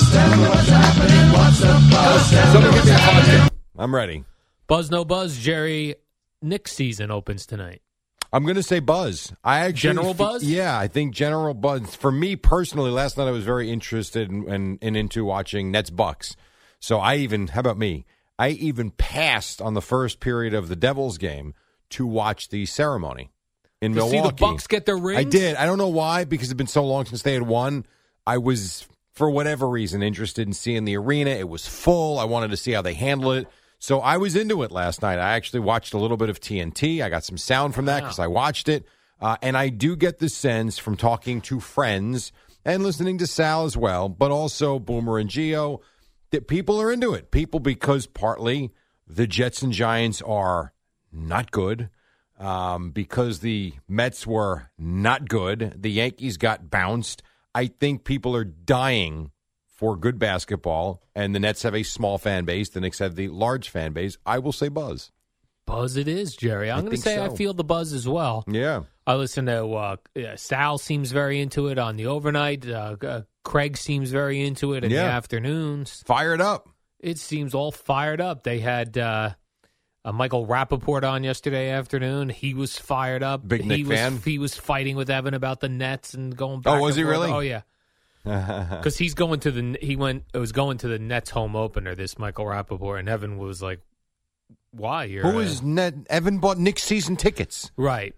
S1: Somebody give me a buzz. I'm ready.
S2: Buzz, no buzz, Jerry. Knicks season opens tonight?
S1: I'm going to say Buzz. I actually
S2: General
S1: f-
S2: Buzz?
S1: Yeah, I think General Buzz. For me personally, last night I was very interested and in, and- and into watching Nets Bucks. So I even how about me? I even passed on the first period of the Devils game to watch the ceremony in
S2: To see the
S1: Milwaukee.
S2: Bucks get their
S1: I
S2: rings?
S1: did. I don't know why because it's been so long since they had won. I was for whatever reason interested in seeing the arena. It was full. I wanted to see how they handled it. So I was into it last night. I actually watched a little bit of TNT. I got some sound from that because I watched it. Uh, and I do get the sense from talking to friends and listening to Sal as well, but also Boomer and Geo, that people are into it. People, because partly the Jets and Giants are not good, um, because the Mets were not good, the Yankees got bounced. I think people are dying for good basketball, and the Nets have a small fan base. The Knicks have the large fan base. I will say buzz.
S2: Buzz it is, Jerry. I'm
S1: I
S2: going to
S1: think
S2: say
S1: so.
S2: I feel the buzz as well.
S1: Yeah.
S2: I listen to uh, yeah, Sal seems very into it on the overnight. Uh, uh, Craig seems very into it in
S1: Yeah.
S2: the afternoons.
S1: Fire it up.
S2: It seems all fired up. They had uh, uh, Michael Rappaport on yesterday afternoon. He was fired up.
S1: Big
S2: he
S1: Knick
S2: was,
S1: fan?
S2: He was fighting with Evan about the Nets and going back.
S1: was
S2: and
S1: he
S2: forth.
S1: really?
S2: Oh yeah. Because he's going to the he went it was going to the Nets home opener. This Michael Rappaport and Evan was like, "Why you're
S1: Who
S2: a-
S1: is Net? Evan bought Knicks season tickets.
S2: right?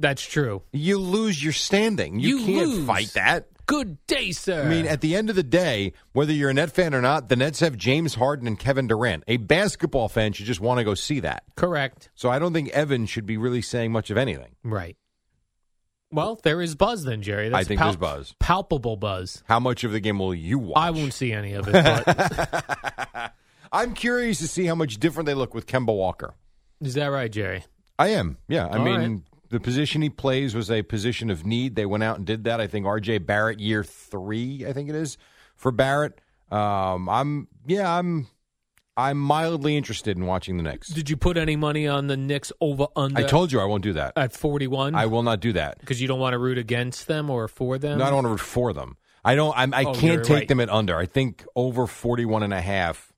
S2: That's true.
S1: You lose your standing. You,
S2: You
S1: can't
S2: lose.
S1: fight that.
S2: Good day, sir.
S1: I mean, at the end of the day, whether you're a Net fan or not, the Nets have James Harden and Kevin Durant. A basketball fan should just want to go see that.
S2: correct.
S1: So I don't think Evan should be really saying much of anything.
S2: Right. Well, there is buzz then, Jerry. That's
S1: I think
S2: pal-
S1: there's buzz.
S2: palpable buzz.
S1: How much of the game will you watch?
S2: I won't see any of it. But
S1: I'm curious to see how much different they look with Kemba Walker.
S2: is that right, Jerry?
S1: I am. Yeah. I
S2: All
S1: mean, the position he plays was a position of need. They went out and did that. I think RJ Barrett, year three, I think it is for Barrett. Um, I'm, yeah, I'm, I'm mildly interested in watching the Knicks.
S2: Did you put any money on the Knicks over under
S1: I told you I won't do that.
S2: at forty one?
S1: I will not do that.
S2: Because you don't want to root against them or for them.
S1: No, I don't want to root for them. I don't. I'm, I
S2: um, Oh,
S1: can't
S2: you're
S1: take
S2: right.
S1: them at under. I think over 41 and a half.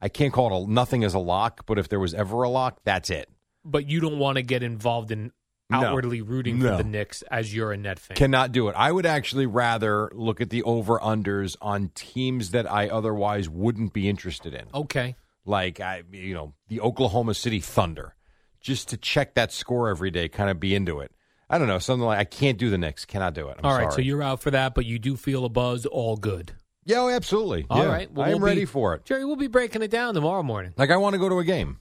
S1: I can't call it a, nothing as a lock, but if there was ever a lock, that's it.
S2: But you don't want to get involved in
S1: No.
S2: outwardly rooting
S1: No.
S2: for the Knicks as you're a net fan.
S1: Cannot do it. I would actually rather look at the over unders on teams that I otherwise wouldn't be interested in,
S2: okay.
S1: like I, you know, the Oklahoma City Thunder, just to check that score every day, kind of be into it. I don't know, something like I can't do the Knicks, cannot do it. I'm
S2: All right. So
S1: sorry.
S2: you're out for that, but you do feel a buzz. All good.
S1: yeah, oh, absolutely.
S2: All
S1: Yeah.
S2: right. Well,
S1: I am
S2: we'll be-
S1: ready for it.
S2: Jerry, we'll be breaking it down tomorrow morning.
S1: Like I want to go to a game.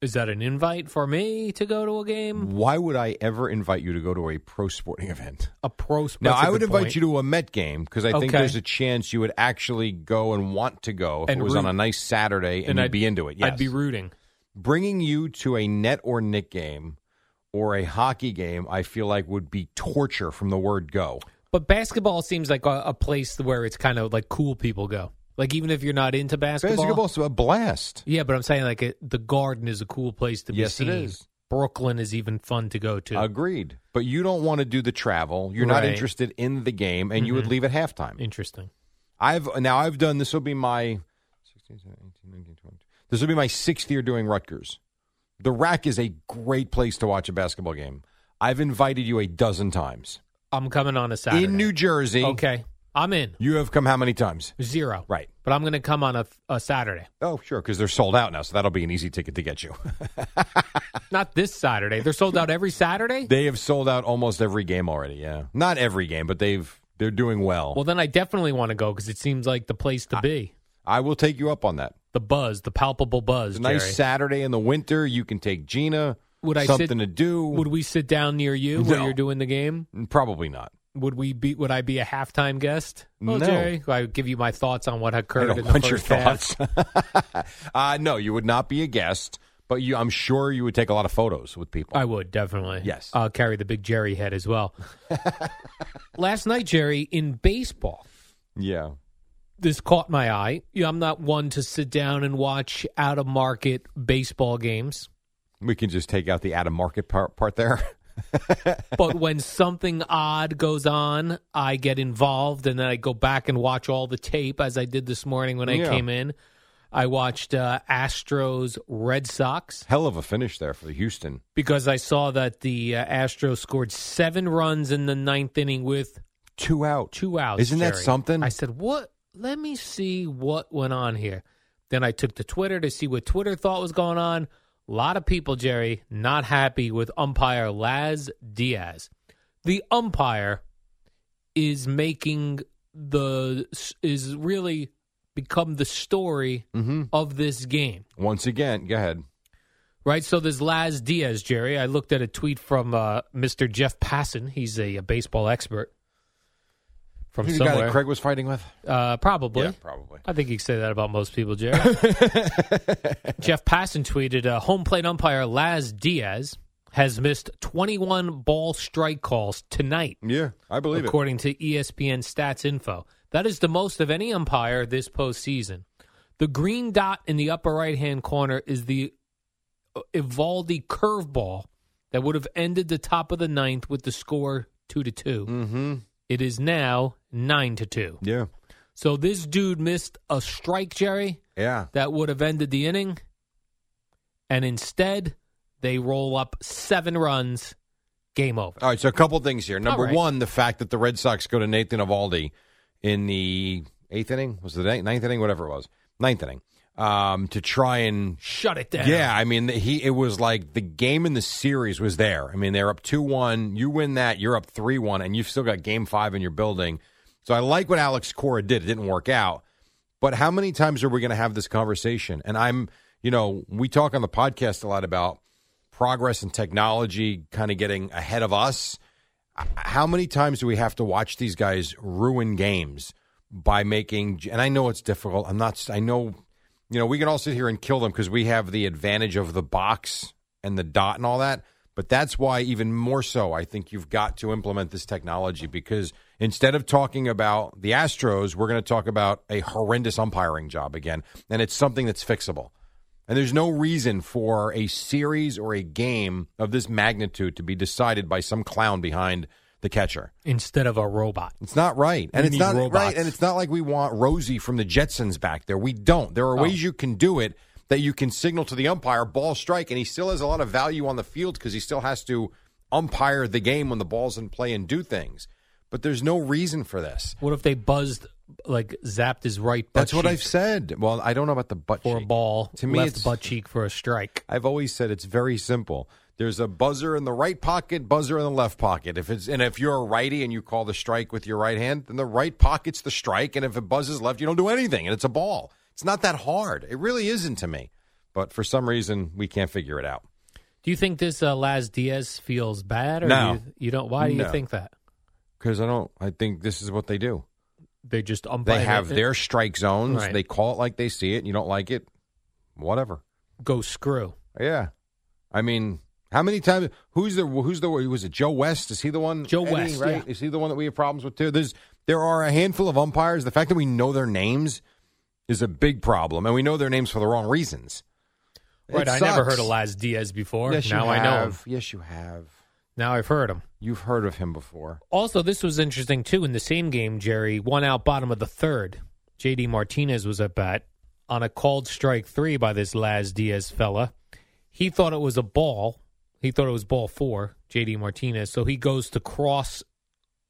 S2: Is that an invite for me to go to a game?
S1: Why would I ever invite you to go to a pro sporting event?
S2: A pro sports.
S1: Now, I would invite you to a Met game because I think
S2: Okay.
S1: there's a chance you would actually go and want to go if
S2: And
S1: it was on
S2: root.
S1: a nice Saturday and, you'd
S2: I'd
S1: be into it. Yes.
S2: I'd be rooting.
S1: Bringing you to a net or Nick game or a hockey game, I feel like would be torture from the word go.
S2: But basketball seems like a, a place where it's kind of like cool people go. Like even if you're not into basketball.
S1: Basketball's a blast.
S2: Yeah, but I'm saying like it, the Garden is a cool place to
S1: Yes,
S2: be
S1: it
S2: seen.
S1: is.
S2: Brooklyn is even fun to go to.
S1: Agreed. But you don't want to do the travel. You're not
S2: Right.
S1: interested in the game, and you would
S2: Mhm.
S1: leave at halftime.
S2: Interesting.
S1: I've now I've done this will be my 16, 17, 19, 20. This will be my sixth year doing Rutgers. The rack is a great place to watch a basketball game. I've invited you a dozen times
S2: I'm coming on a Saturday
S1: in New Jersey.
S2: Okay, I'm in
S1: you have come how many times?
S2: zero.
S1: Right.
S2: but I'm going to come on a, a Saturday.
S1: Oh, sure, because they're sold out now, so that'll be an easy ticket to get you.
S2: Not this Saturday. They're sold out every Saturday.
S1: they have sold out almost every game already. Yeah, not every game, but they've they're doing well.
S2: Well, then I definitely want to go because it seems like the place to be.
S1: I will take you up on that.
S2: The buzz, the palpable buzz.
S1: It's a nice
S2: Jerry.
S1: Saturday in the winter. You can take Gina.
S2: Would I sit-
S1: something to do?
S2: Would we sit down near you while
S1: No.
S2: you're doing the game?
S1: Probably not.
S2: Would we be? Would I be a halftime guest? Well,
S1: No.
S2: Jerry, I would give you my thoughts on what occurred.
S1: I don't
S2: in the
S1: want your
S2: first half.
S1: thoughts. uh, no, you would not be a guest, but you, I'm sure you would take a lot of photos with people.
S2: I would definitely.
S1: Yes.
S2: I'll carry the big Jerry head as well. Last night, Jerry, in baseball,
S1: yeah.
S2: this caught my eye. You know, I'm not one to sit down and watch out of market baseball games,
S1: We can just take out the out of market part, part there.
S2: but when something odd goes on, I get involved and then I go back and watch all the tape as I did this morning when I
S1: Yeah.
S2: came in. I watched uh, Astros Red Sox
S1: Hell of a finish there for Houston.
S2: because I saw that the uh, Astros scored seven runs in the ninth inning with
S1: Two out.
S2: two outs.
S1: Isn't that
S2: Jerry.
S1: something?
S2: I said, "What? Let me see what went on here." Then I took to Twitter to see what Twitter thought was going on. A lot of people, Jerry, not happy with umpire Laz Diaz. The umpire is making the is really become the story
S1: Mm-hmm.
S2: of this game.
S1: Once again, go ahead.
S2: Right, so there's Laz Diaz, Jerry. I looked at a tweet from uh, Mr. Jeff Passan. He's a, a baseball expert from
S1: Who's the guy
S2: somewhere.
S1: that Craig was fighting with?
S2: Uh, probably.
S1: probably.
S2: I think you could say that about most people, Jerry. Jeff Passan tweeted uh, home plate umpire Laz Diaz has missed 21 ball strike calls tonight,
S1: Yeah, I believe it.
S2: according to E ESPN stats info. That is the most of any umpire this postseason. The green dot in the upper right hand corner is the uh, Ivaldi curveball that would have ended the top of the ninth with the score two to 2 Mm-hmm. is now nine to two.
S1: Yeah,
S2: So this dude missed a strike, Jerry,
S1: yeah.
S2: that would have ended the inning. And instead, they roll up seven runs. Game over.
S1: All right, so a couple things here. Number
S2: All right.
S1: one, the fact that the Red Sox go to Nathan Avaldi in the eighth inning was it the ninth, ninth inning, whatever it was, ninth inning, um, to try and
S2: Shut it down.
S1: Yeah, I mean, he it was like the game in the series was there. I mean, they're up 2 1. You win that, you're up 3 1, and you've still got game five in your building. So I like what Alex Cora did. It didn't work out. But how many times are we going to have this conversation? And I'm, you know, we talk on the podcast a lot about progress and technology kind of getting ahead of us. H- How many times do we have to watch these guys ruin games by making, and I know it's difficult. I'm not, I know you know, we can all sit here and kill them because we have the advantage of the box and the dot and all that. But that's why, even more so, I think you've got to implement this technology because instead of talking about the Astros, we're going to talk about a horrendous umpiring job again. And it's something that's fixable. And there's no reason for a series or a game of this magnitude to be decided by some clown behind the catcher.
S2: Instead of a robot.
S1: It's not right, and
S2: We
S1: it's
S2: need
S1: not
S2: robots.
S1: right, and it's not like we want Rosie from the Jetsons back there. We don't. There are
S2: Oh.
S1: ways you can do it that you can signal to the umpire ball strike, and he still has a lot of value on the field because he still has to umpire the game when the ball's in play and do things. But there's no reason for this.
S2: What if they buzzed, like zapped his right butt
S1: That's what
S2: cheek
S1: I've said. Well, I don't know about the butt
S2: for a
S1: cheek.
S2: ball,
S1: To me,
S2: left
S1: it's-
S2: butt cheek for a strike?
S1: I've always said it's very simple. There's a buzzer in the right pocket, buzzer in the left pocket. If it's and if you're a righty and you call the strike with your right hand, then the right pocket's the strike, and if it buzzes left, you don't do anything, and it's a ball. It's not that hard. It really isn't to me. But for some reason, we can't figure it out.
S2: Do you think this uh, Laz Diaz feels bad? Or
S1: No.
S2: You, you don't. Why do
S1: No.
S2: you think that?
S1: Because I don't. I think this is what they do.
S2: They just umpire.
S1: They have their strike zones.
S2: Right.
S1: They call it like they see it. And you don't like it, whatever.
S2: go screw.
S1: Yeah, I mean, how many times? Who's the who's the was it Joe West? Is he the one?
S2: Joe
S1: Eddie,
S2: West,
S1: right?
S2: yeah.
S1: Is he the one that we have problems with too? There's there are a handful of umpires. The fact that we know their names is a big problem, and we know their names for the wrong reasons. It
S2: Right. I never
S1: sucks.
S2: heard of Laz Diaz before.
S1: Yes, you
S2: now I know him.
S1: have. Yes, you have.
S2: Now I've heard him.
S1: You've heard of him before.
S2: Also, this was interesting too. In the same game, Jerry, one out, bottom of the third, JD Martinez was at bat on a called strike three by this Laz Diaz fella. He thought it was a ball. He thought it was ball four, JD Martinez. So he goes to cross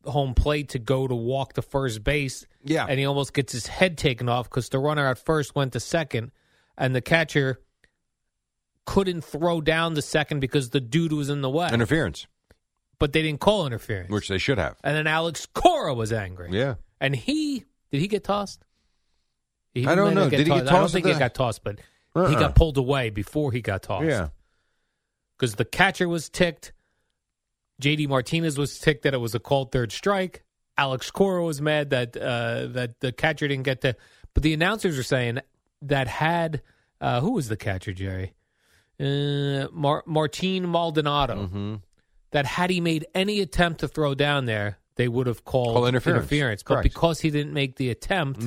S2: home plate to go to walk to first base.
S1: Yeah.
S2: And he almost gets his head taken off because the runner at first went to second, and the catcher couldn't throw down the second because the dude was in the way.
S1: Interference,
S2: but they didn't call interference.
S1: which they should have.
S2: And then Alex Cora was angry.
S1: Yeah.
S2: And he did he get tossed? He
S1: I don't
S2: may not
S1: know.
S2: get
S1: Did he get
S2: I don't
S1: tossed at
S2: think
S1: the-
S2: he got tossed, but he
S1: Uh-uh.
S2: got pulled away before he got tossed.
S1: Yeah.
S2: Because the catcher was ticked. JD Martinez was ticked that it was a called third strike. Alex Cora was mad that uh, that the catcher didn't get to. But the announcers were saying that had uh, who was the catcher, Jerry? Uh, Mar- Martin Maldonado
S1: Mm-hmm.
S2: that had he made any attempt to throw down there, they would have called
S1: Call interference.
S2: But
S1: Correct. Mm-hmm.
S2: because he didn't make the attempt,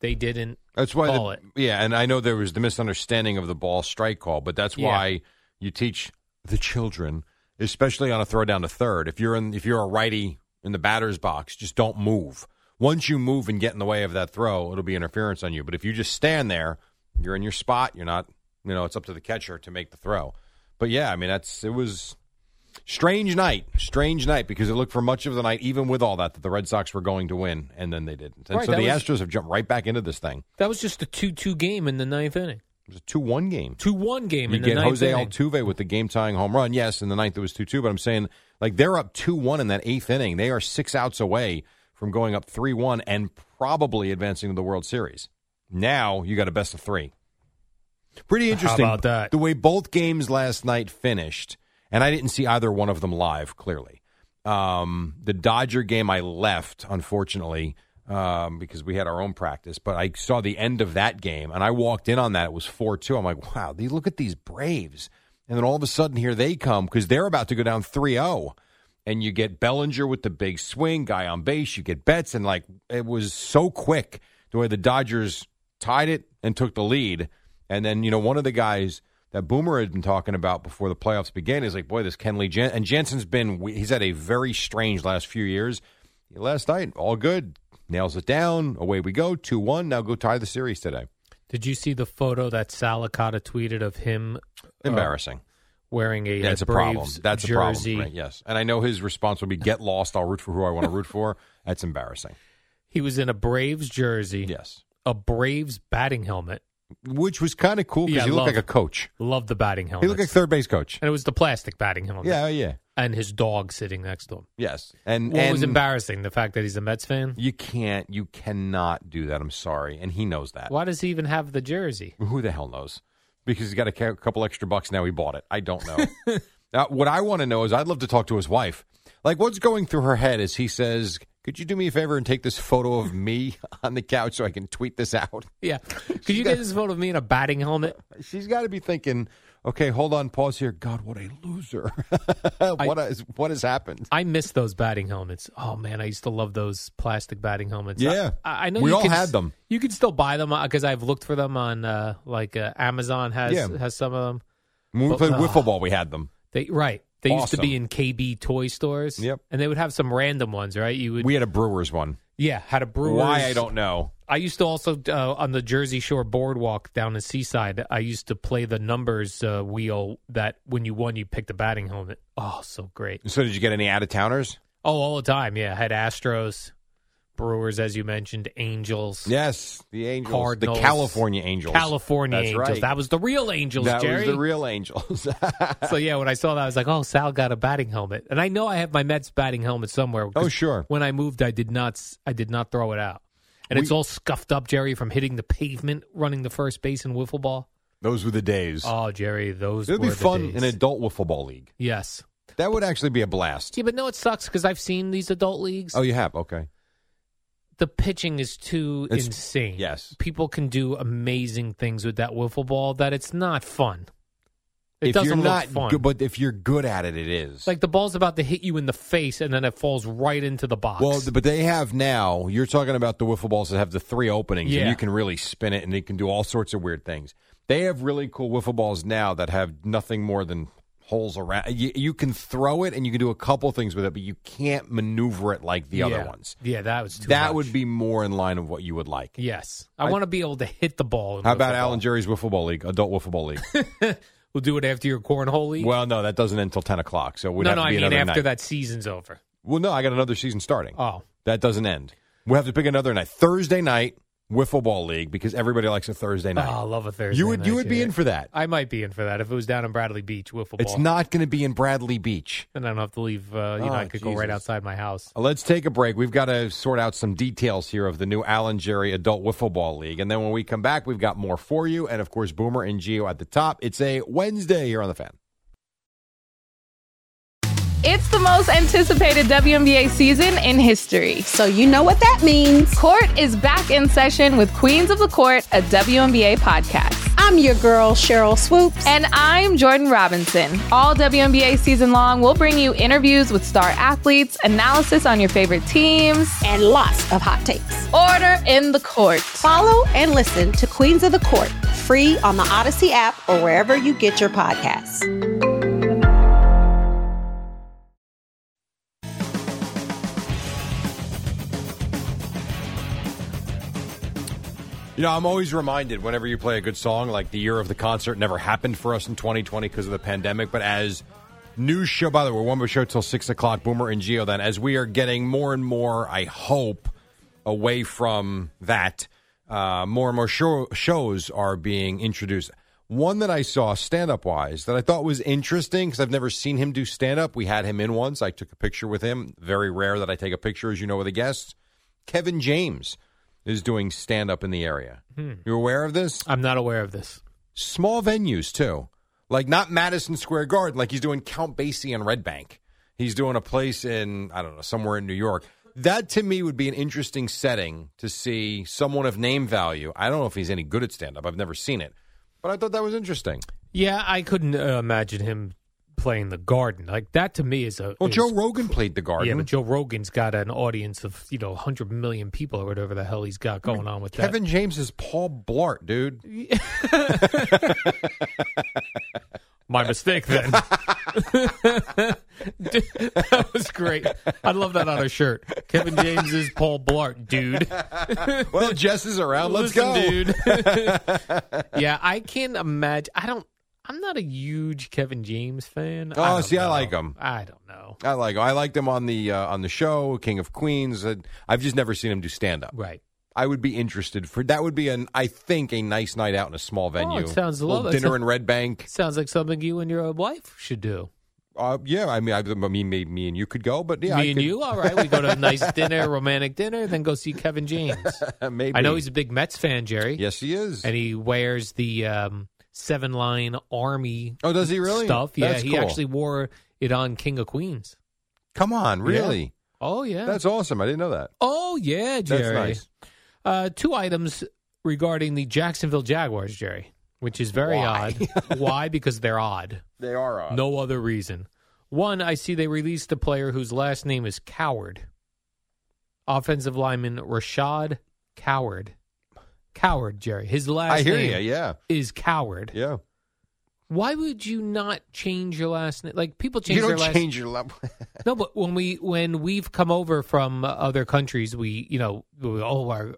S2: they didn't.
S1: That's why.
S2: Call
S1: the,
S2: it.
S1: Yeah, and I know there was the misunderstanding of the ball strike call, but that's
S2: Yeah.
S1: why you teach the children, especially on a throw down to third. If you're in, if you're a righty in the batter's box, just don't move. Once you move and get in the way of that throw, it'll be interference on you. But if you just stand there, you're in your spot. You're not, you know, it's up to the catcher to make the throw. But yeah, I mean, that's it was strange night, strange night because it looked for much of the night, even with all that, that the Red Sox were going to win, and then they didn't. And
S2: Right,
S1: so
S2: that
S1: the
S2: was-
S1: Astros have jumped right back into this thing.
S2: That was just a two-two game in the ninth inning,
S1: It was a two-one game.
S2: two-one game
S1: You
S2: in the
S1: get
S2: ninth
S1: Jose
S2: inning.
S1: Altuve with the game tying home run. Yes, in the ninth it was two two, but I'm saying like they're up two one in that eighth inning. They are six outs away from going up three one and probably advancing to the World Series. Now you got a best of three. Pretty interesting
S2: about that?
S1: the way both games last night finished, and I didn't see either one of them live. Clearly, um, the Dodger game I left unfortunately um, because we had our own practice, but I saw the end of that game and I walked in on that. It was four two. I'm like, wow, these, look at these Braves, and then all of a sudden here they come because they're about to go down oh. 3-0. And you get Bellinger with the big swing, guy on base. You get Betts, and like it was so quick the way the Dodgers tied it and took the lead. And then, you know, one of the guys that Boomer had been talking about before the playoffs began is like, boy, this Kenley Jen- and Jensen's been we- he's had a very strange last few years. Last night, all good, nails it down. Away we go, two one. Now go tie the series today.
S2: Did you see the photo that Salicata tweeted of him
S1: Embarrassing.
S2: wearing a
S1: That's
S2: uh,
S1: a problem.
S2: Braves
S1: That's a
S2: jersey?
S1: problem. Right, yes, and I know his response will be, "Get lost. I'll root for who I want to root for." That's embarrassing.
S2: He was in a Braves jersey,
S1: Yes,
S2: a Braves batting helmet.
S1: which was kind of cool because
S2: Yeah,
S1: he
S2: love-
S1: looked like a coach.
S2: Love the batting helmet.
S1: He looked like third base coach.
S2: and it was the plastic batting helmet.
S1: Yeah, yeah,
S2: and his dog sitting next to him.
S1: yes. And
S2: What
S1: and
S2: was embarrassing? The fact that he's a Mets fan.
S1: You can't. You cannot do that. I'm sorry, and he knows that.
S2: Why does he even have the jersey?
S1: Who the hell knows? Because he's got a ca- couple extra bucks now. He bought it. I don't know. now, what I want to know is, I'd love to talk to his wife. Like, what's going through her head as he says, "Could you do me a favor and take this photo of me on the couch so I can tweet this out?"
S2: Yeah, could you get this photo of me in a batting helmet?
S1: She's got to be thinking, "Okay, hold on, pause here. God, what a loser! what has what has happened?"
S2: I miss those batting helmets. Oh man, I used to love those plastic batting helmets.
S1: Yeah.
S2: I, I know
S1: We
S2: you
S1: all
S2: can,
S1: had
S2: s-
S1: them.
S2: You can still buy them because I've looked for them on uh, like uh, Amazon has
S1: Yeah.
S2: has some of them.
S1: When we
S2: But-
S1: played
S2: ah.
S1: wiffle ball, we had them.
S2: They right. They used to be
S1: Awesome.
S2: in KB toy stores.
S1: Yep.
S2: and they would have some random ones, right? You would
S1: We had a Brewers one.
S2: yeah had a Brewers.
S1: Why I don't know.
S2: I used to also uh, on the Jersey Shore boardwalk down in Seaside. I used to play the numbers uh, wheel that when you won, you picked a batting helmet. Oh, so great!
S1: So, did you get any out of towners?
S2: Oh, all the time. Yeah, I had Astros, Brewers, as you mentioned, Angels,
S1: Yes, the Angels,
S2: Cardinals.
S1: the California Angels,
S2: California
S1: That's
S2: Angels.
S1: Right.
S2: That was the real Angels,
S1: That
S2: Jerry.
S1: the real Angels.
S2: so yeah, when I saw that, I was like, "Oh, Sal got a batting helmet," and I know I have my Mets batting helmet somewhere. 'cause
S1: Oh, sure.
S2: When I moved, I did not, s- I did not throw it out, and it's all scuffed up, Jerry, from hitting the pavement, running the first base in wiffle ball.
S1: Those were the days.
S2: Oh, Jerry, those
S1: It'll
S2: were
S1: be
S2: the
S1: fun
S2: days.
S1: in adult wiffle ball league.
S2: yes.
S1: That would actually be a blast.
S2: Yeah, but no, it sucks because I've seen these adult leagues.
S1: Oh, you have okay.
S2: The pitching is too
S1: It's-
S2: insane.
S1: yes.
S2: people can do amazing things with that wiffle ball. That it's not fun. It
S1: if
S2: doesn't
S1: you're
S2: look
S1: not
S2: fun.
S1: good, but if you're good at it, it is.
S2: It's like the ball's about to hit you in the face, and then it falls right into the box.
S1: well, th- but they have now. You're talking about the wiffle balls that have the three openings, and
S2: Yeah.
S1: you can really spin it, and it can do all sorts of weird things. They have really cool wiffle balls now that have nothing more than holes around. You, you can throw it, and you can do a couple things with it, but you can't maneuver it like the other
S2: Yeah.
S1: ones.
S2: Yeah, that was too
S1: that
S2: much.
S1: would be more in line of what you would like.
S2: yes. I, want to be able to hit the ball. in
S1: How about
S2: wiffle
S1: Alan
S2: ball.
S1: Jerry's Wiffle Ball League, Adult Wiffle Ball League?
S2: We'll do it after your cornhole league.
S1: well, no, that doesn't end until 10 o'clock, so it would
S2: no,
S1: have
S2: no,
S1: to
S2: I
S1: be
S2: mean
S1: another
S2: after
S1: night.
S2: that season's over.
S1: Well, no, I got another season starting.
S2: Oh,
S1: That doesn't end. We'll have to pick another night. Thursday night, Wiffle Ball League, because everybody likes a Thursday
S2: oh
S1: night.
S2: I love a Thursday.
S1: you would you
S2: night,
S1: would be
S2: yeah.
S1: in for that.
S2: I might be in for that if it was down in Bradley Beach wiffle ball.
S1: It's not going to be in Bradley Beach.
S2: and I don't have to leave. Uh, you
S1: Oh,
S2: know, I could go right
S1: Jesus.
S2: outside my house.
S1: Let's take a break. We've got to sort out some details here of the new Allen Jerry Adult Wiffle Ball League. And then when we come back, we've got more for you. And of course, Boomer and Geo at the top. It's a Wednesday here on The Fan.
S6: It's the most anticipated WNBA season in history.
S7: So you know what that means.
S6: Court is back in session with Queens of the Court, a WNBA podcast.
S7: I'm your girl, Cheryl Swoops.
S6: And I'm Jordan Robinson. All WNBA season long, we'll bring you interviews with star athletes, analysis on your favorite teams,
S7: and lots of hot takes.
S6: order in the court.
S7: Follow and listen to Queens of the Court, free on the Odyssey app or wherever you get your podcasts.
S1: You know, I'm always reminded whenever you play a good song, like the year of the concert never happened for us in 2020 because of the pandemic. But as news show, by the way, we're one more show till six o'clock. Boomer and Geo. Then as we are getting more and more, I hope away from that, uh, more and more show, shows are being introduced. One that I saw stand up wise that I thought was interesting because I've never seen him do stand up. We had him in once. I took a picture with him. Very rare that I take a picture, as you know, with a guest. Kevin James is doing stand up in the area.
S2: Hmm.
S1: You're aware of this?
S2: I'm not aware of this.
S1: Small venues too, like not Madison Square Garden. Like he's doing Count Basie and Red Bank. He's doing a place in I don't know somewhere in New York. That to me would be an interesting setting to see someone of name value. I don't know if he's any good at stand up. I've never seen it, but I thought that was interesting.
S2: Yeah, I couldn't uh, imagine him playing the garden. Like that to me is a
S1: Well,
S2: is-
S1: Joe Rogan played the Garden.
S2: Yeah, but Joe Rogan's got an audience of you know 100 million people or whatever the hell he's got going on with that.
S1: Kevin James is Paul Blart, dude.
S2: My mistake then. that was great. I'd love that on a shirt. Kevin James is Paul Blart, dude.
S1: Well, Jess is around. Let's
S2: Listen,
S1: go,
S2: dude. yeah, I can imagine. I don't. I'm not a huge Kevin James fan.
S1: Oh,
S2: don't
S1: see, I
S2: know.
S1: like him.
S2: I don't know.
S1: I like I liked him on the uh, on the show King of Queens. Uh, I've just never seen him do stand up.
S2: Right.
S1: I would be interested for that. Would be an I think a nice night out in a small venue.
S2: Oh, sounds
S1: Little
S2: lovely.
S1: dinner in Red Bank.
S2: Sounds like something you and your wife should do.
S1: Uh, yeah, I mean, I, I mean, me, me and you could go, but yeah,
S2: Me
S1: I
S2: and
S1: could-
S2: you, all right. We go to a nice dinner, romantic dinner, then go see Kevin James.
S1: uh, maybe.
S2: I know he's a big Mets fan, Jerry.
S1: Yes, he is.
S2: And he wears the um, seven line army
S1: oh, does he really?
S2: stuff. Yeah,
S1: That's
S2: he
S1: cool.
S2: actually wore it on King of Queens.
S1: Come on, really?
S2: Oh yeah.
S1: That's awesome. I didn't know that.
S2: oh yeah, Jerry.
S1: That's nice.
S2: Uh, two items regarding the Jacksonville Jaguars, Jerry, which is very odd. Why? Because they're odd.
S1: They are. Uh,
S2: No other reason. One, I see they released a player whose last name is Coward. Offensive lineman Rashad Coward. Coward, Jerry. His last
S1: I hear
S2: name
S1: you. Yeah,
S2: is Coward.
S1: yeah.
S2: Why would you not change your last name? Like people change
S1: you
S2: their
S1: don't
S2: last
S1: change your level.
S2: no, but when we when we've come over from uh, other countries, we you know we, oh our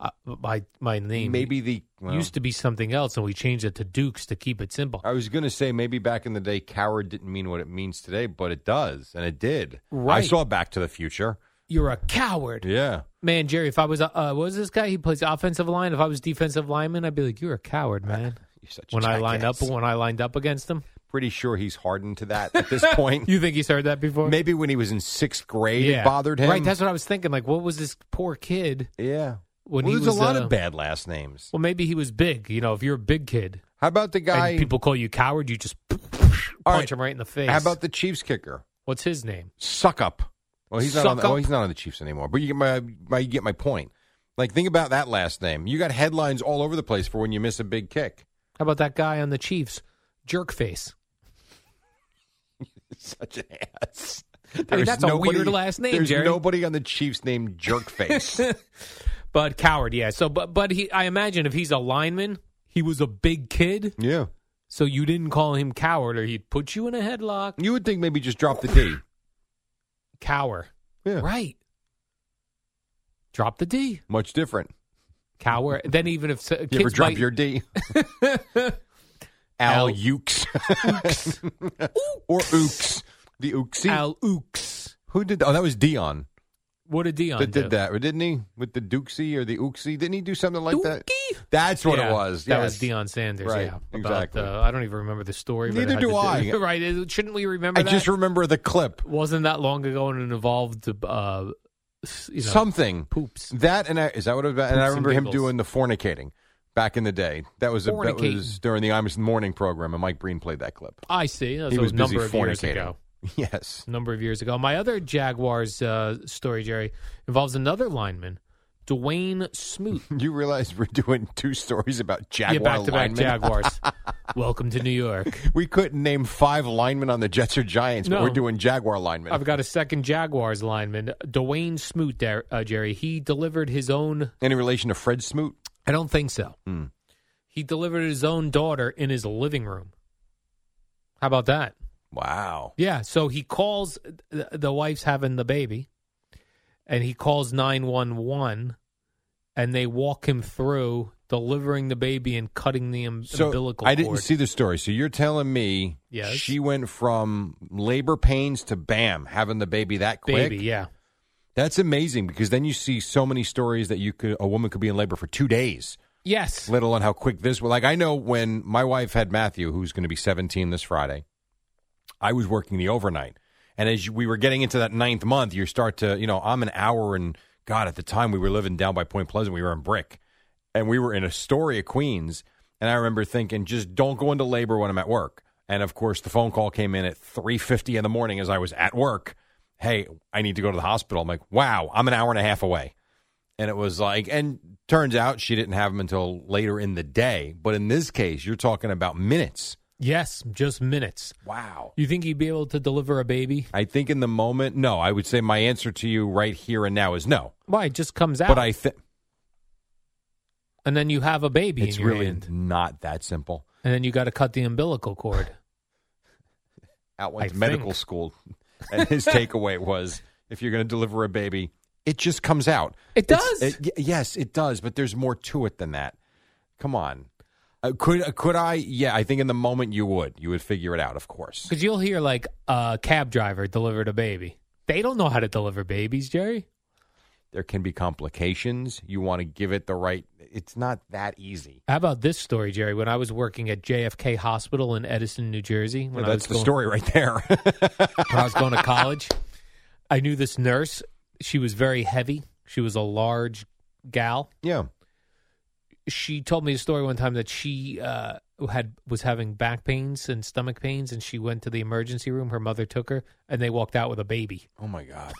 S2: uh, my my name
S1: maybe the well,
S2: used to be something else, and we changed it to Dukes to keep it simple.
S1: I was going to say maybe back in the day, coward didn't mean what it means today, but it does, and it did. I
S2: Right.
S1: saw Back to the Future.
S2: You're a coward,
S1: Yeah.
S2: man, Jerry. If I was uh, uh, what was this guy? He plays offensive line. If I was defensive lineman, I'd be like, you're a
S1: Uh,
S2: coward, man.
S1: You're such a
S2: When I lined up,
S1: jackass.
S2: when I lined up against him,
S1: pretty sure he's hardened to that at this point.
S2: you think he's heard that before?
S1: Maybe when he was in sixth grade, it bothered him.
S2: Right, that's what I was thinking. Like, what was this poor kid?
S1: yeah.
S2: When
S1: well,
S2: he
S1: there's
S2: was,
S1: a lot
S2: uh,
S1: of bad last names.
S2: Well, maybe he was big. You know, if you're a big kid,
S1: How about the guy?
S2: and people call you coward, you just
S1: All
S2: punch him right in the face.
S1: How about the Chiefs kicker?
S2: what's his name?
S1: Suck up. Well, he's not. On
S2: Suck
S1: the,
S2: up?
S1: Well, he's not on the Chiefs anymore. But you get my, my you get my point. Like think about that last name. You got headlines all over the place for when you miss a big kick.
S2: How about that guy on the Chiefs, Jerkface?
S1: Such an ass.
S2: that's a weird last name,
S1: There's
S2: Jerry.
S1: nobody on the Chiefs named Jerkface.
S2: But coward, yeah. So, but but he, I imagine if he's a lineman, he was a big kid,
S1: yeah,
S2: so you didn't call him coward, or he'd put you in a headlock.
S1: you would think maybe just drop the D.
S2: Cower,
S1: Yeah,
S2: right? Drop the D,
S1: much different.
S2: cower. then even if so,
S1: You
S2: kids
S1: ever drop
S2: might-
S1: your D?
S2: Al
S1: Al Ukes. or Ooks. The Ooksy.
S2: Al Ooks,
S1: Who did Oh, that was Dion
S2: what did Dion
S1: that
S2: do?
S1: did that, didn't he? With the Dooksy or the Ooksy. Didn't he do something like that?
S2: Dookie?
S1: That's what
S2: Yeah,
S1: it was.
S2: That
S1: yes.
S2: was Deion Sanders.
S1: Right,
S2: Yeah, about,
S1: exactly.
S2: uh, I don't even remember the story. but it
S1: Neither
S2: had
S1: do
S2: to
S1: I.
S2: right? it- Shouldn't we remember?
S1: I
S2: that?
S1: just remember the clip.
S2: wasn't that long ago and it involved uh, s- you know,
S1: something.
S2: poops.
S1: That and I, is that what it was about? And I
S2: Poops and
S1: remember him
S2: giggles.
S1: doing the fornicating back in the day. That was a, that
S2: Fornicating.
S1: was during the Imus morning program, and Mike Breen played that clip.
S2: I see. That
S1: he was
S2: a number
S1: busy
S2: of years
S1: fornicating.
S2: ago.
S1: Yes.
S2: Number of years ago. My other Jaguars uh, story, Jerry, involves another lineman, Dwayne Smoot.
S1: You realize we're doing two stories about Jaguar
S2: Yeah, back to back
S1: linemen?
S2: Jaguars. Welcome to New York.
S1: We couldn't name five linemen on the Jets or Giants,
S2: No.
S1: but we're doing Jaguar linemen.
S2: I've got a second Jaguars lineman, Dwayne Smoot. There, uh, Jerry. He delivered his own.
S1: Any relation to Fred Smoot?
S2: I don't think so.
S1: Hmm.
S2: He delivered his own daughter in his living room. How about that?
S1: Wow.
S2: Yeah, so he calls th- the wife's having the baby, and he calls nine one one, and they walk him through delivering the baby and cutting the um,
S1: So
S2: umbilical
S1: I didn't
S2: cord.
S1: see the story. So you're telling me
S2: Yes.
S1: she went from labor pains to bam, having the baby that quick.
S2: baby. Yeah,
S1: That's amazing because then you see so many stories that you could a woman could be in labor for two days,
S2: yes,
S1: let alone how quick this was. Like I know when my wife had Matthew, who's going to be 17 this Friday, I was working the overnight, and as you- we were getting into that ninth month, you start to you know I'm an hour and God at the time we were living down by Point Pleasant, we were in Brick, and we were in Astoria, Queens, and I remember thinking just don't go into labor when I'm at work. And of course, the phone call came in at 3:50 in the morning as I was at work hey, I need to go to the hospital. I'm like, wow, I'm an hour and a half away. And it was like, and turns out she didn't have him until later in the day. But in this case, you're talking about minutes.
S2: yes, just minutes.
S1: Wow.
S2: You think he'd be able to deliver a baby?
S1: I think in the moment, no, I would say my answer to you right here and now is no.
S2: Why? It just comes out,
S1: But I think
S2: and then you have a baby.
S1: it's
S2: in your
S1: really
S2: hand.
S1: not that simple.
S2: and then you got to cut the umbilical cord.
S1: Out
S2: I
S1: went to
S2: think.
S1: medical school. And his takeaway was if you're going to deliver a baby, it just comes out.
S2: It
S1: It's-
S2: does.
S1: it- y- yes, it does, but there's more to it than that. Come on. Uh, could uh, could I? Yeah, I think in the moment you would. You would figure it out, of course.
S2: Because you'll hear like a cab driver delivered a baby. They don't know how to deliver babies, Jerry.
S1: There can be complications. You want to give it the right. It's not that easy.
S2: How about this story, Jerry? When I was working at JFK Hospital in Edison, New Jersey, when I was
S1: That's the
S2: going-
S1: story right there.
S2: when I was going to college, I knew this nurse. She was very heavy. She was a large gal.
S1: yeah.
S2: She told me a story one time that she uh, had was having back pains and stomach pains, and she went to the emergency room. Her mother took her, and they walked out with a baby.
S1: Oh my god.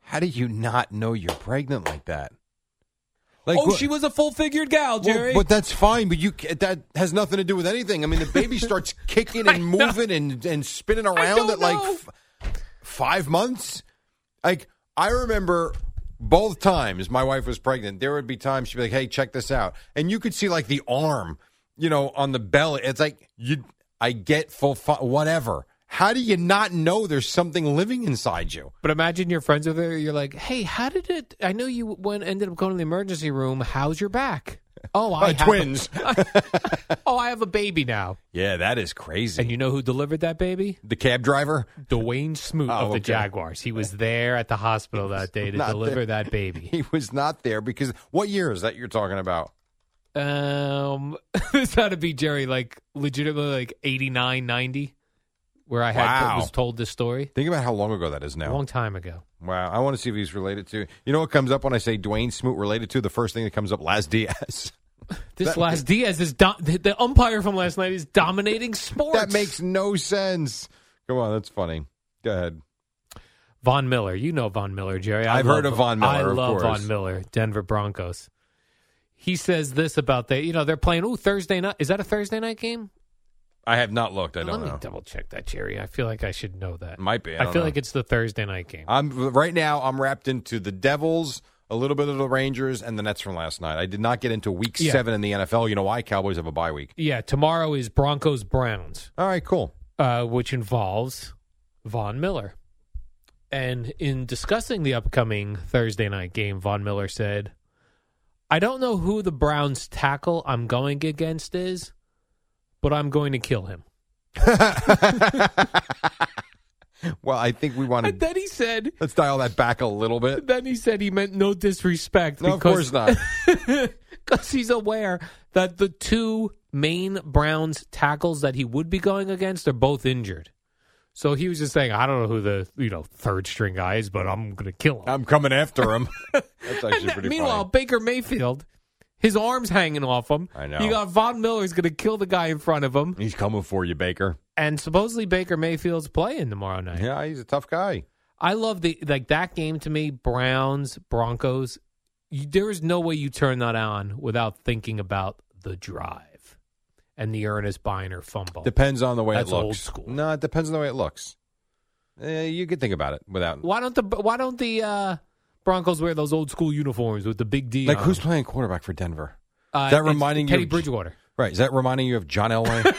S1: How do you not know you're pregnant like that? Like,
S2: oh,
S1: what-
S2: she was a full figured gal,
S1: Well,
S2: Jerry.
S1: but that's fine. But you ca- that has nothing to do with anything. I mean, the baby starts kicking and moving and and spinning around
S2: don't
S1: at like
S2: know.
S1: f- five months. Like I remember. Both times my wife was pregnant, there would be times she'd be like, "Hey, check this out," and you could see like the arm, you know, on the belly. It's like you, I get full, fu- whatever. How do you not know there's something living inside you?
S2: But imagine you're friends with her. You're like, hey, how did it? I know you went ended up going to the emergency room. How's your back? Oh, I
S1: Uh,
S2: have a-
S1: twins.
S2: oh, I have a baby now.
S1: yeah, that is crazy.
S2: And you know who delivered that baby?
S1: the cab driver.
S2: Dwayne Smoot
S1: Oh,
S2: of the
S1: okay.
S2: Jaguars. He was there at the hospital that day to
S1: not
S2: deliver
S1: there.
S2: that baby.
S1: He was not there because what year is that you're talking about?
S2: Um, this had to be Jerry, like legitimately, like 89, 90, where I had
S1: Wow.
S2: was told this story
S1: Think about how long ago that is
S2: a
S1: now.
S2: long time ago.
S1: wow. I want to see if he's related to. You know what comes up when I say Dwayne Smoot related to? The first thing that comes up, Laz Diaz.
S2: This
S1: That-
S2: last Diaz is do- the, the umpire from last night is dominating sports.
S1: that makes no sense. Come on, that's funny. Go ahead.
S2: Von Miller. You know Von Miller, Jerry. I
S1: I've
S2: love-
S1: heard of Von Miller,
S2: I
S1: of
S2: love
S1: course.
S2: Von Miller, Denver Broncos. He says this about the, you know, they're playing. Ooh, Thursday night. Is that a Thursday night game?
S1: I have not looked. I
S2: Let
S1: don't
S2: me
S1: know.
S2: double check that, Jerry. I feel like I should know that.
S1: Might be. I,
S2: I,
S1: don't
S2: feel
S1: know.
S2: like it's the Thursday night game.
S1: I'm right now. I'm wrapped into the Devils, a little bit of the Rangers, and the Nets from last night. I did not get into Week
S2: Yeah.
S1: Seven in the NFL. You know why? Cowboys have a bye week.
S2: yeah, tomorrow is Broncos Browns,
S1: All right, cool.
S2: uh, which involves Von Miller. And in discussing the upcoming Thursday night game, Von Miller said, I don't know who the Browns tackle I'm going against is, but I'm going to kill him.
S1: Well, I think we want
S2: And
S1: to.
S2: then he said,
S1: Let's dial that back a little bit.
S2: then he said he meant no disrespect.
S1: No, of
S2: because-
S1: course not.
S2: because he's aware that the two main Browns tackles that he would be going against are both injured. So he was just saying, I don't know who the you know third string guy is, but I'm going to kill him.
S1: I'm coming after him. That's actually pretty
S2: Meanwhile, Baker Mayfield, his arms hanging off him.
S1: I know.
S2: You got Von Miller's going to kill the guy in front of him,
S1: funny. He's coming for you, Baker.
S2: and supposedly Baker Mayfield's playing tomorrow night.
S1: Yeah, he's a tough guy.
S2: I love the like that game to me. Browns Broncos. You, there is no way you turn that on without thinking about the drive and the Ernest Biner fumble.
S1: Depends on the way
S2: That's
S1: it looks.
S2: old school.
S1: No, it depends on the way it looks. Uh, you could think about it without.
S2: why don't the Why don't the uh, Broncos wear those old school uniforms with the big D?
S1: Like
S2: on
S1: who's
S2: them?
S1: playing quarterback for Denver?
S2: Uh,
S1: that
S2: it's
S1: reminding you
S2: Teddy
S1: of-
S2: Bridgewater?
S1: Right? Is that reminding you of John Elway?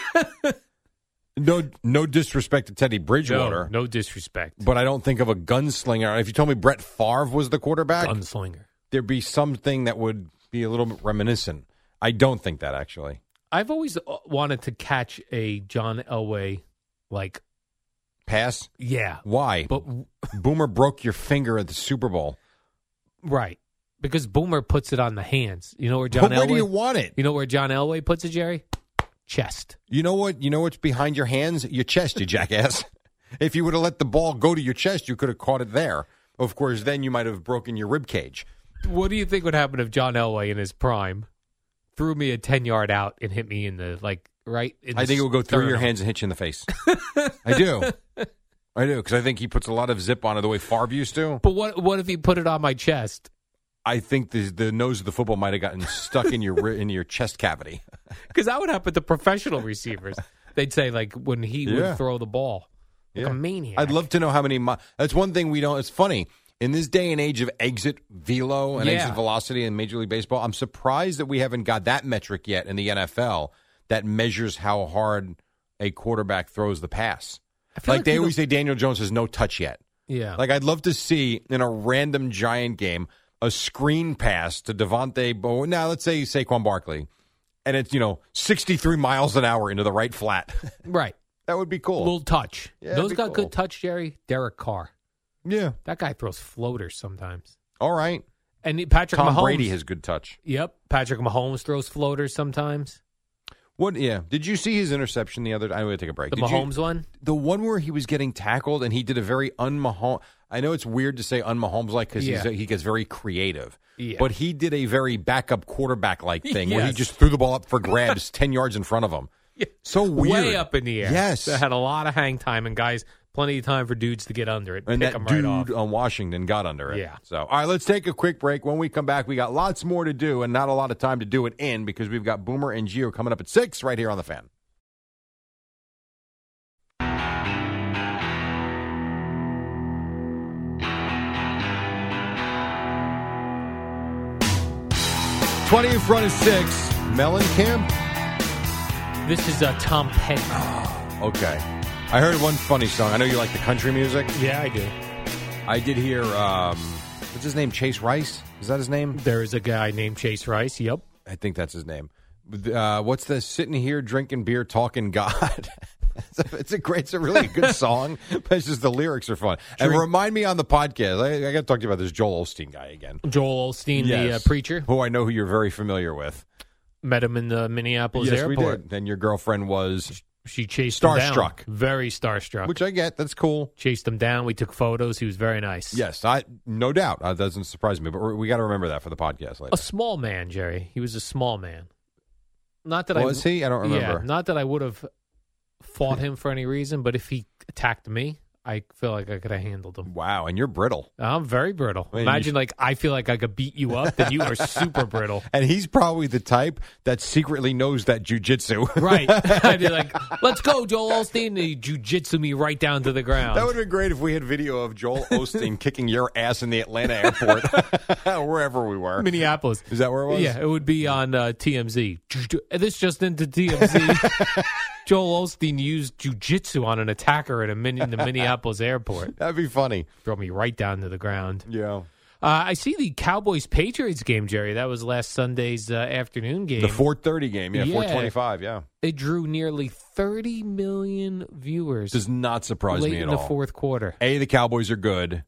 S1: no, no disrespect to Teddy Bridgewater,
S2: No, no disrespect.
S1: but I don't think of a gunslinger. If you told me Brett Favre was the quarterback,
S2: Gunslinger.
S1: there'd be something that would be a little bit reminiscent. I don't think that actually.
S2: I've always uh, wanted to catch a John Elway, like
S1: Pass.
S2: yeah,
S1: Why?
S2: but
S1: Boomer broke your finger at the Super Bowl.
S2: right because Boomer puts it on the hands. You know where John
S1: But where
S2: Elway?
S1: do you want it?
S2: you know where John Elway puts it, Jerry? Chest.
S1: You know what? You know what's behind your hands? Your chest, you jackass. if you would have let the ball go to your chest, you could have caught it there. Of course, then you might have broken your rib cage.
S2: What do you think would happen if John Elway in his prime threw me a ten yard out and hit me in the like right? In
S1: I
S2: the
S1: think it will go through your
S2: sternum?
S1: hands and hit you in the face. I do. I do because I think he puts a lot of zip on it the way Favre used to.
S2: But what what if he put it on my chest?
S1: I think the, the nose of the football might have gotten stuck in your ri- in your chest cavity.
S2: Because that would happen to professional receivers. They'd say like when he
S1: Yeah.
S2: would throw the ball, like
S1: Yeah.
S2: a maniac.
S1: I'd love to know how many. Mi- that's one thing we don't. It's funny in this day and age of exit velo and
S2: Yeah.
S1: exit velocity in Major League Baseball. I'm surprised that we haven't got that metric yet in the NFL that measures how hard a quarterback throws the pass.
S2: I feel
S1: Like, they
S2: we
S1: always
S2: don't-
S1: say, Daniel Jones has no touch yet.
S2: yeah.
S1: Like I'd love to see in a random giant game a screen pass to Devontae Bowen. Now let's say Saquon Barkley, and it's you know 63 miles an hour into the right flat.
S2: right.
S1: that would be cool.
S2: Little touch.
S1: Yeah, it'd
S2: Those
S1: be
S2: got
S1: cool.
S2: good touch, Jerry. Derek Carr.
S1: yeah.
S2: That guy throws floaters sometimes.
S1: All right.
S2: And he- Patrick
S1: Tom
S2: Mahomes.
S1: Brady has good touch.
S2: Yep. Patrick Mahomes throws floaters sometimes.
S1: What? Yeah. Did you see his interception the other? I would take a break.
S2: The
S1: Did you-
S2: Mahomes one.
S1: the one where he was getting tackled and he did a very unMahomes. I know it's weird to say unMahomes like because
S2: Yeah.
S1: he gets very creative,
S2: Yeah.
S1: but he did a very backup quarterback like thing where he
S2: Yes.
S1: just threw the ball up for grabs ten yards in front of him.
S2: Yeah.
S1: So weird,
S2: Way up in the air.
S1: Yes,
S2: That had a lot of hang time and guys, plenty of time for dudes to get under it.
S1: and
S2: pick
S1: that
S2: 'em
S1: dude
S2: right off.
S1: on Washington got under it.
S2: Yeah.
S1: So all right, let's take a quick break. When we come back, we got lots more to do and not a lot of time to do it in because we've got Boomer and Gio coming up at six right here on the fan. Twenty in front of six. Mellencamp.
S2: This is uh, Tom Petty.
S1: Okay. I heard one funny song. I know you like the country music.
S2: Yeah, I do.
S1: I did hear um, what's his name? Chase Rice. Is that his name?
S2: There is a guy named Chase Rice. Yep.
S1: I think that's his name. Uh, what's the sitting here drinking beer talking God? it's, a, it's a great, it's a really good song. But it's just the lyrics are fun. And remind me on the podcast. I, I got to talk to you about this Joel Osteen guy again.
S2: Joel Olstein, the uh,
S1: Yes.
S2: preacher,
S1: who I know who you're very familiar with.
S2: met him in the Minneapolis airport.
S1: And your girlfriend was,
S2: She chased him down.
S1: Starstruck.
S2: Very starstruck.
S1: which I get. That's cool.
S2: chased him down. We took photos. He was very nice.
S1: Yes, I no doubt. That doesn't surprise me. But we- we got to remember that for the podcast later.
S2: A small man, Jerry. He was a small man. Not that I
S1: Was he? Oh, I don't remember.
S2: Yeah, not that I would have fought him for any reason, but if he attacked me, I feel like I could have handled him.
S1: Wow, and you're brittle.
S2: I'm very brittle.
S1: Man, you
S2: Imagine
S1: should-
S2: like I feel like I could beat you up, then you are super brittle.
S1: And he's probably the type that secretly knows that jujitsu.
S2: Right. I'd be like, let's go, Joel Olstein. And he jujitsu me right down to the ground.
S1: That would have been great if we had video of Joel Osteen kicking your ass in the Atlanta airport, wherever we were.
S2: Minneapolis.
S1: Is that where it was?
S2: Yeah, it would be on uh, TMZ. Ju- This just into TMZ. Joel Olstein used jujitsu on an attacker at a min- in the Minneapolis airport.
S1: That'd be funny.
S2: Throw me right down to the ground.
S1: Yeah.
S2: Uh, I see the Cowboys Patriots game, Jerry. That was last Sunday's uh, afternoon game.
S1: The 430 game. Yeah,
S2: Yeah.
S1: 425. Yeah.
S2: they drew nearly 30 million viewers
S1: Does not surprise
S2: late
S1: me at
S2: in
S1: all.
S2: the fourth quarter.
S1: A, the Cowboys are good.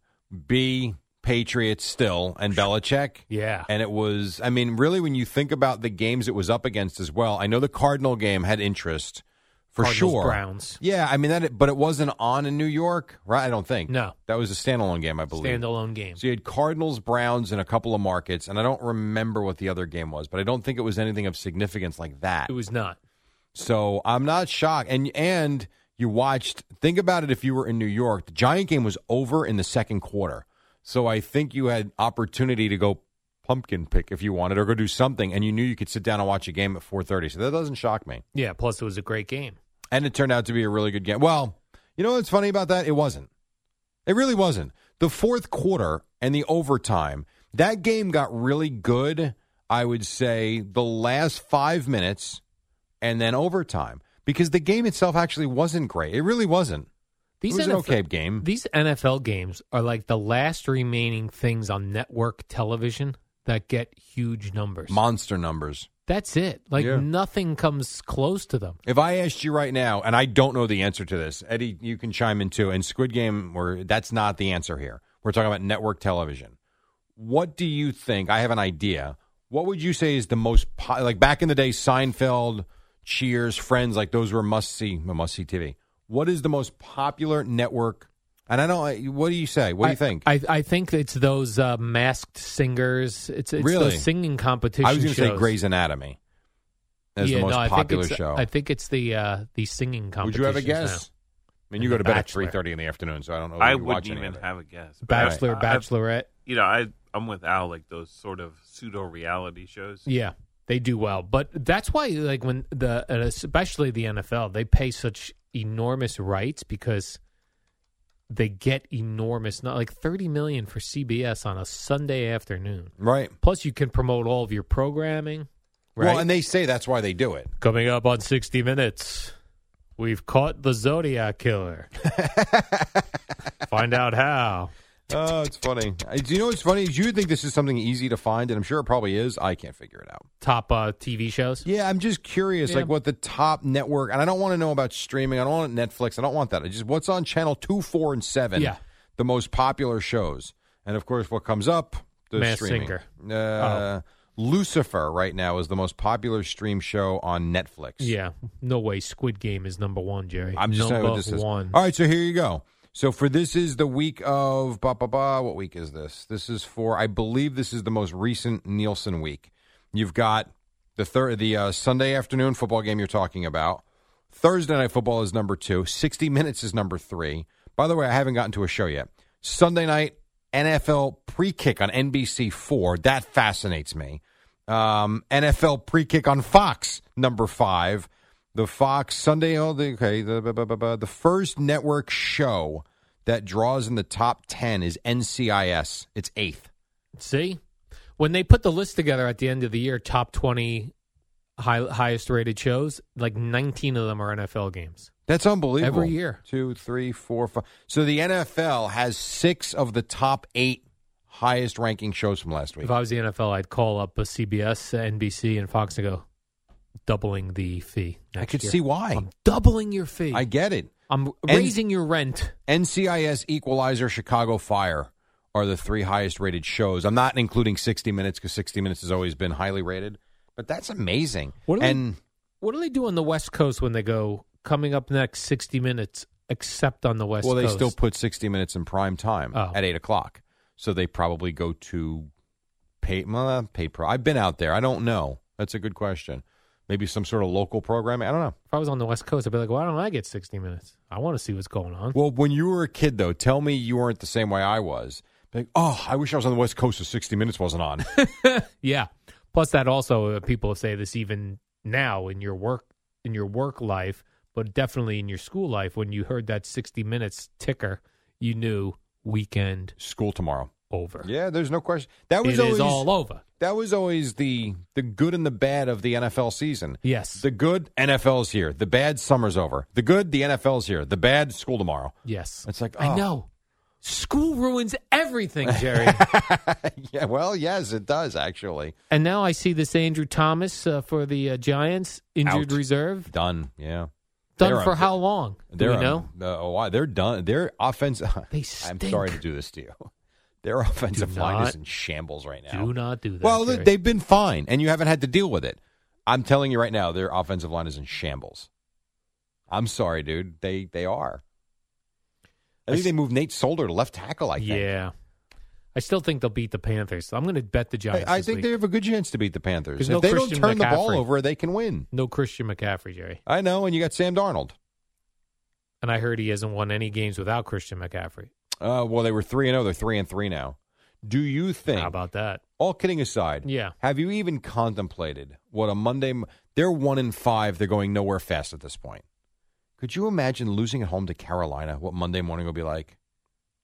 S1: B, Patriots still, and Belichick.
S2: Yeah.
S1: And it was, I mean, really, when you think about the games it was up against as well, I know the Cardinal game had interest for
S2: Cardinals,
S1: sure.
S2: Browns.
S1: Yeah, I mean that, but it wasn't on in New York, right? I don't think.
S2: No.
S1: that was a standalone game, I believe.
S2: Standalone game.
S1: So you had Cardinals, Browns, and a couple of markets, and I don't remember what the other game was, but I don't think it was anything of significance like that.
S2: It was not.
S1: So I'm not shocked. And and you watched. Think about it. If you were in New York, the Giant game was over in the second quarter. So I think you had opportunity to go pumpkin pick if you wanted, or go do something, and you knew you could sit down and watch a game at 4:30. So that doesn't shock me.
S2: Yeah, plus it was a great game.
S1: And it turned out to be a really good game. Well, you know what's funny about that? It wasn't. It really wasn't. The fourth quarter and the overtime, that game got really good, I would say, the last five minutes and then overtime because the game itself actually wasn't great. It really wasn't.
S2: These
S1: it was an
S2: NFL
S1: okay game.
S2: These NFL games are like the last remaining things on network television that get huge numbers.
S1: Monster numbers.
S2: That's it. Like
S1: Yeah.
S2: nothing comes close to them.
S1: If I asked you right now, and I don't know the answer to this, Eddie, you can chime in too. And Squid Game, where that's not the answer here. We're talking about network television. What do you think? I have an idea. What would you say is the most po- like back in the day? Seinfeld, Cheers, Friends, like those were must see, must see TV. What is the most popular network? And I don't. I- What do you say? What do you think?
S2: I, I think it's those uh, masked singers. It's, it's
S1: Really?
S2: those singing competition.
S1: I was going to say
S2: shows.
S1: Grey's Anatomy as
S2: Yeah,
S1: the most
S2: no, I think
S1: popular
S2: it's-
S1: show.
S2: I think it's the uh, the singing
S1: would
S2: competition.
S1: you have a guess? I mean, you
S2: And
S1: go
S2: The
S1: to bed at
S2: Bachelor.
S1: three thirty in the afternoon, so I don't know.
S8: I
S1: if you
S8: wouldn't
S1: watch any of
S8: even
S1: it.
S8: have a guess. but I-
S2: Bachelor,
S8: I-
S2: Bachelorette.
S8: you know, I I'm with Al. Like those sort of pseudo reality shows.
S2: Yeah, they do well, but that's why, like when the and especially the NFL, they pay such enormous rights because they get enormous, not like thirty million for CBS on a Sunday afternoon.
S1: Right.
S2: Plus, you can promote all of your programming. Right.
S1: Well, and they say that's why they do it.
S2: Coming up on sixty minutes, we've caught the Zodiac killer. Find out how.
S1: Oh, it's funny. Uh, Do you know what's funny? is You would think this is something easy to find, and I'm sure it probably is. I can't figure it out.
S2: Top uh, TV shows.
S1: Yeah, I'm just curious,
S2: Yeah.
S1: like what the top network, and I don't want to know about streaming. I don't want Netflix. I don't want that. I just what's on channel two, four, and seven.
S2: Yeah.
S1: the most popular shows, and of course, what comes up the
S2: Masked
S1: streaming.
S2: Singer. Oh.
S1: Uh, Lucifer right now is the most popular stream show on Netflix.
S2: Yeah, no way. Squid Game is number one, Jerry.
S1: I'm just
S2: number
S1: saying what this is.
S2: one.
S1: All right, so here you go. So for this is the week of ba ba ba. What week is this? This is for I believe this is the most recent Nielsen week. You've got the third the uh, Sunday afternoon football game you're talking about. Thursday night football is number two. 60 minutes is number three. By the way, I haven't gotten to a show yet. Sunday night NFL pre kick on NBC four. That fascinates me. Um, NFL pre kick on Fox number five. The Fox Sunday. Oh, the, okay. The, bu- bu- bu- bu- the first network show that draws in the top ten is NCIS. It's eighth.
S2: See, when they put the list together at the end of the year, top twenty high, highest rated shows, like nineteen of them are NFL games.
S1: That's unbelievable.
S2: Every year.
S1: Two, three, four, five. So the NFL has six of the top eight highest ranking shows from last week.
S2: If I was the NFL, I'd call up a CBS, NBC, and Fox and go doubling the fee.
S1: I
S2: next
S1: could
S2: year."
S1: see why.
S2: I'm doubling your fee.
S1: I get it.
S2: I'm
S1: and-
S2: raising your rent.
S1: NCIS, Equalizer, Chicago Fire are the three highest rated shows. I'm not including 60 Minutes because 60 Minutes has always been highly rated, but that's amazing.
S2: What do we-
S1: and
S2: What do they do on the West Coast when they go coming up next sixty minutes, except on the West
S1: well, they
S2: Coast?
S1: still put 60 Minutes in prime time
S2: Oh.
S1: at eight o'clock, so they probably go to pay. Well, uh, pay pro. I've been out there. I don't know. That's a good question. Maybe some sort of local programming. I don't know.
S2: if I was on the West Coast, I'd be like, why don't I get sixty minutes? I want to see what's going on.
S1: Well, when you were a kid, though, tell me you weren't the same way I was. Like, oh, I wish I was on the West Coast, so 60 Minutes wasn't on.
S2: Yeah. Plus that also uh, people say this even now in your work in your work life, but definitely in your school life when you heard that 60 minutes ticker, you knew weekend
S1: School tomorrow.
S2: over.
S1: Yeah, there's no question. That
S2: It
S1: was
S2: is
S1: always
S2: all over.
S1: that was always the the good and the bad of the NFL season.
S2: Yes.
S1: The good NFL's here. The bad summer's over. The good the NFL's here. The bad school tomorrow.
S2: yes.
S1: It's like,
S2: I
S1: oh.
S2: know. School ruins everything, Jerry.
S1: yeah, well, yes, it does actually.
S2: and now I see this Andrew Thomas uh, for the uh, Giants injured
S1: Out.
S2: reserve.
S1: Done. Yeah.
S2: Done
S1: They're
S2: for
S1: up-
S2: how long? Do
S1: They're
S2: we know?
S1: uh, oh, why they're done. Their offense
S2: They
S1: I'm
S2: stink.
S1: sorry to do this to you. Their offensive line
S2: not-
S1: is in shambles right now.
S2: Do not do that.
S1: well,
S2: Jerry.
S1: they've been fine and you haven't had to deal with it. I'm telling you right now, their offensive line is in shambles. I'm sorry, dude. They they are. I think they moved Nate Solder to left tackle, I think.
S2: Yeah. I still think they'll beat the Panthers. So I'm going to bet the
S1: I,
S2: Giants.
S1: I
S2: this
S1: think
S2: week.
S1: they have a good chance to beat the Panthers. If
S2: There's no
S1: they
S2: Christian
S1: don't turn the ball
S2: McCaffrey.
S1: over, they can win.
S2: No Christian McCaffrey, Jerry.
S1: I know, and you got Sam Darnold.
S2: And I heard he hasn't won any games without Christian McCaffrey.
S1: Uh, well, they were three and zero. They're three and three now. Do you think?
S2: How about that?
S1: all kidding aside,
S2: Yeah.
S1: Have you even contemplated what a Monday? m- They're one in five. They're going nowhere fast at this point. Could you imagine losing at home to Carolina? What Monday morning will be like?